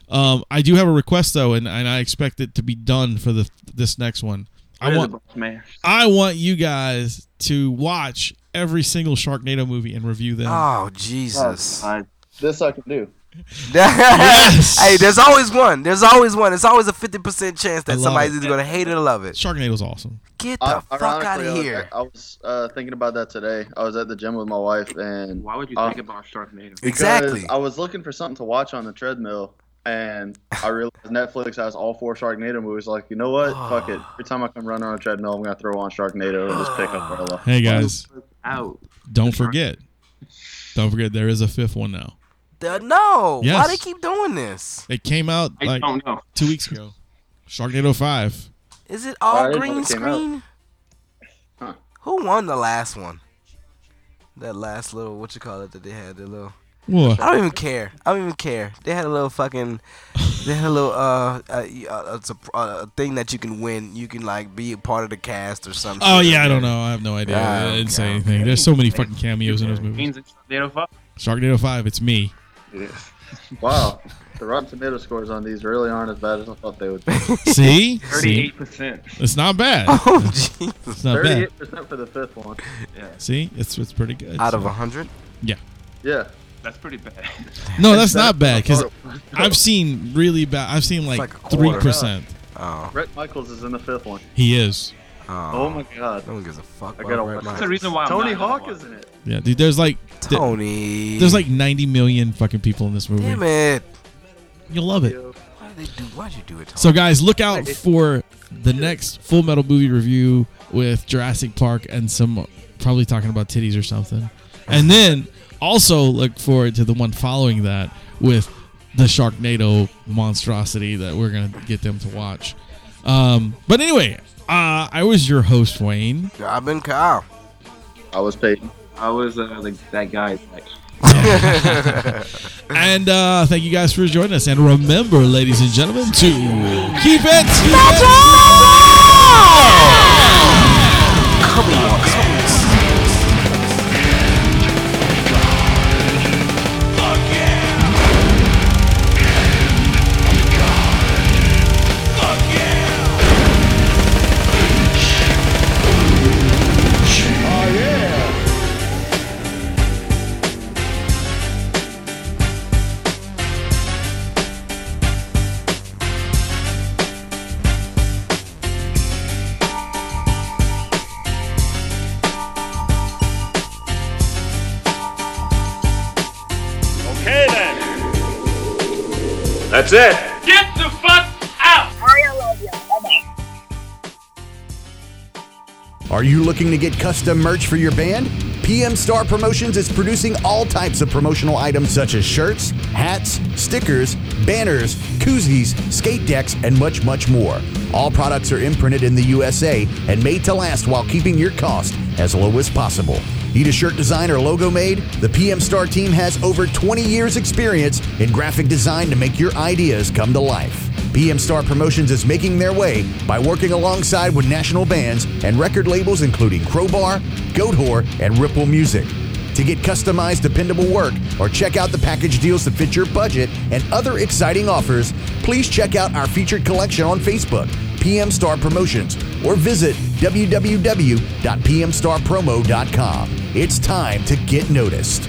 S3: Um, I do have a request though, and, and I expect it to be done for the this next one. I
S5: Where's
S3: want
S5: the boss man.
S3: I want you guys to watch every single Sharknado movie and review them.
S4: Oh Jesus!
S5: Uh,
S6: This I can do.
S3: Yes.
S4: hey, there's always one. There's always one. It's always a fifty percent chance
S3: I
S4: that
S3: love
S4: somebody's
S3: it.
S4: either gonna hate it or love it.
S3: Sharknado's awesome.
S4: Get the
S6: I-
S4: fuck
S6: Uh, ironically,
S4: out
S6: I
S4: of
S6: was-
S4: here.
S6: I was uh, thinking about that today. I was at the gym with my wife, and
S5: why would you
S6: Uh,
S5: think about Sharknado?
S6: because
S4: Exactly.
S6: I was looking for something to watch on the treadmill, and I realized Netflix has all four Sharknado movies. Like, you know what? Fuck it. Every time I come running on a treadmill, I'm gonna throw on Sharknado and just pick up Umbrella.
S3: Hey guys,
S5: Out.
S3: don't forget. Don't forget there is a fifth one now.
S4: The- no,
S3: Yes.
S4: why they keep doing this?
S3: It came out
S5: I
S3: like
S5: don't know.
S3: two weeks ago. Sharknado five.
S4: Is it
S6: I
S4: all
S6: didn't know
S4: green
S6: it came out.
S4: screen?
S6: Huh.
S4: Who won the last one? That last little what you call it that they had the little
S3: What?
S4: I don't even care. I don't even care. They had a little fucking. They had a little uh, uh, uh, it's a, uh, a thing that you can win. You can like be a part of the cast or something.
S3: Oh yeah, I don't know. I have no idea.
S4: Yeah,
S3: I didn't say
S4: Ah, okay.
S3: anything. There's so many fucking cameos in those movies.
S5: Means it's Sharknado fuck.
S3: Sharknado five. It's me.
S5: It is.
S6: Wow, the Rotten Tomato scores on these really aren't as bad as I thought they would be.
S3: See, See?
S5: Thirty-eight percent.
S3: it's not bad.
S4: Oh jeez.
S3: It's not bad.
S6: Thirty-eight percent for the fifth one.
S3: See, it's it's pretty good.
S4: Out of
S3: So-
S4: a hundred.
S6: Yeah.
S5: That's pretty bad.
S3: no, that's not bad because
S6: Oh,
S3: I've seen really bad. I've seen like
S4: like a
S3: three
S4: quarter.
S3: percent.
S4: Oh.
S6: Brett Michaels is in the fifth one.
S3: He is.
S6: Oh my god.
S4: No one gives a fuck.
S6: I
S4: about
S6: gotta
S4: Red Miles.
S6: watch
S5: That's the reason why I'm
S6: Tony
S5: not
S6: Hawk
S5: gonna
S6: is in it.
S3: Yeah, dude. There's like th-
S4: Tony.
S3: there's like 90 million fucking people in this movie.
S4: Damn it!
S3: You'll love it.
S4: Why did they do? Why'd you do it? Tony?
S3: So guys, look out for the next Full Metal movie review with Jurassic Park and some probably talking about titties or something. And then also look forward to the one following that with the Sharknado monstrosity that we're gonna get them to watch. Um, but anyway, uh, I was your host Wayne.
S4: I've been Kyle.
S6: I was Peyton.
S5: I was uh, like that guy. Like,
S3: And uh, thank you guys for joining us. And remember, ladies and gentlemen, to keep it
S7: Okay then. That's it. Get the fuck out!
S8: Are you looking to get custom merch for your band? PM Star Promotions is producing all types of promotional items such as shirts, hats, stickers, banners, koozies, skate decks, and much, much more. All products are imprinted in the USA and made to last while keeping your cost as low as possible. Need a shirt design or logo made? The PM Star team has over 20 years' experience in graphic design to make your ideas come to life. PM Star Promotions is making their way by working alongside with national bands and record labels including Crowbar, Goat Whore, and Ripple Music. To get customized, dependable work or check out the package deals that fit your budget and other exciting offers, please check out our featured collection on Facebook, PM Star Promotions, or visit www.pmstarpromo.com. It's time to get noticed.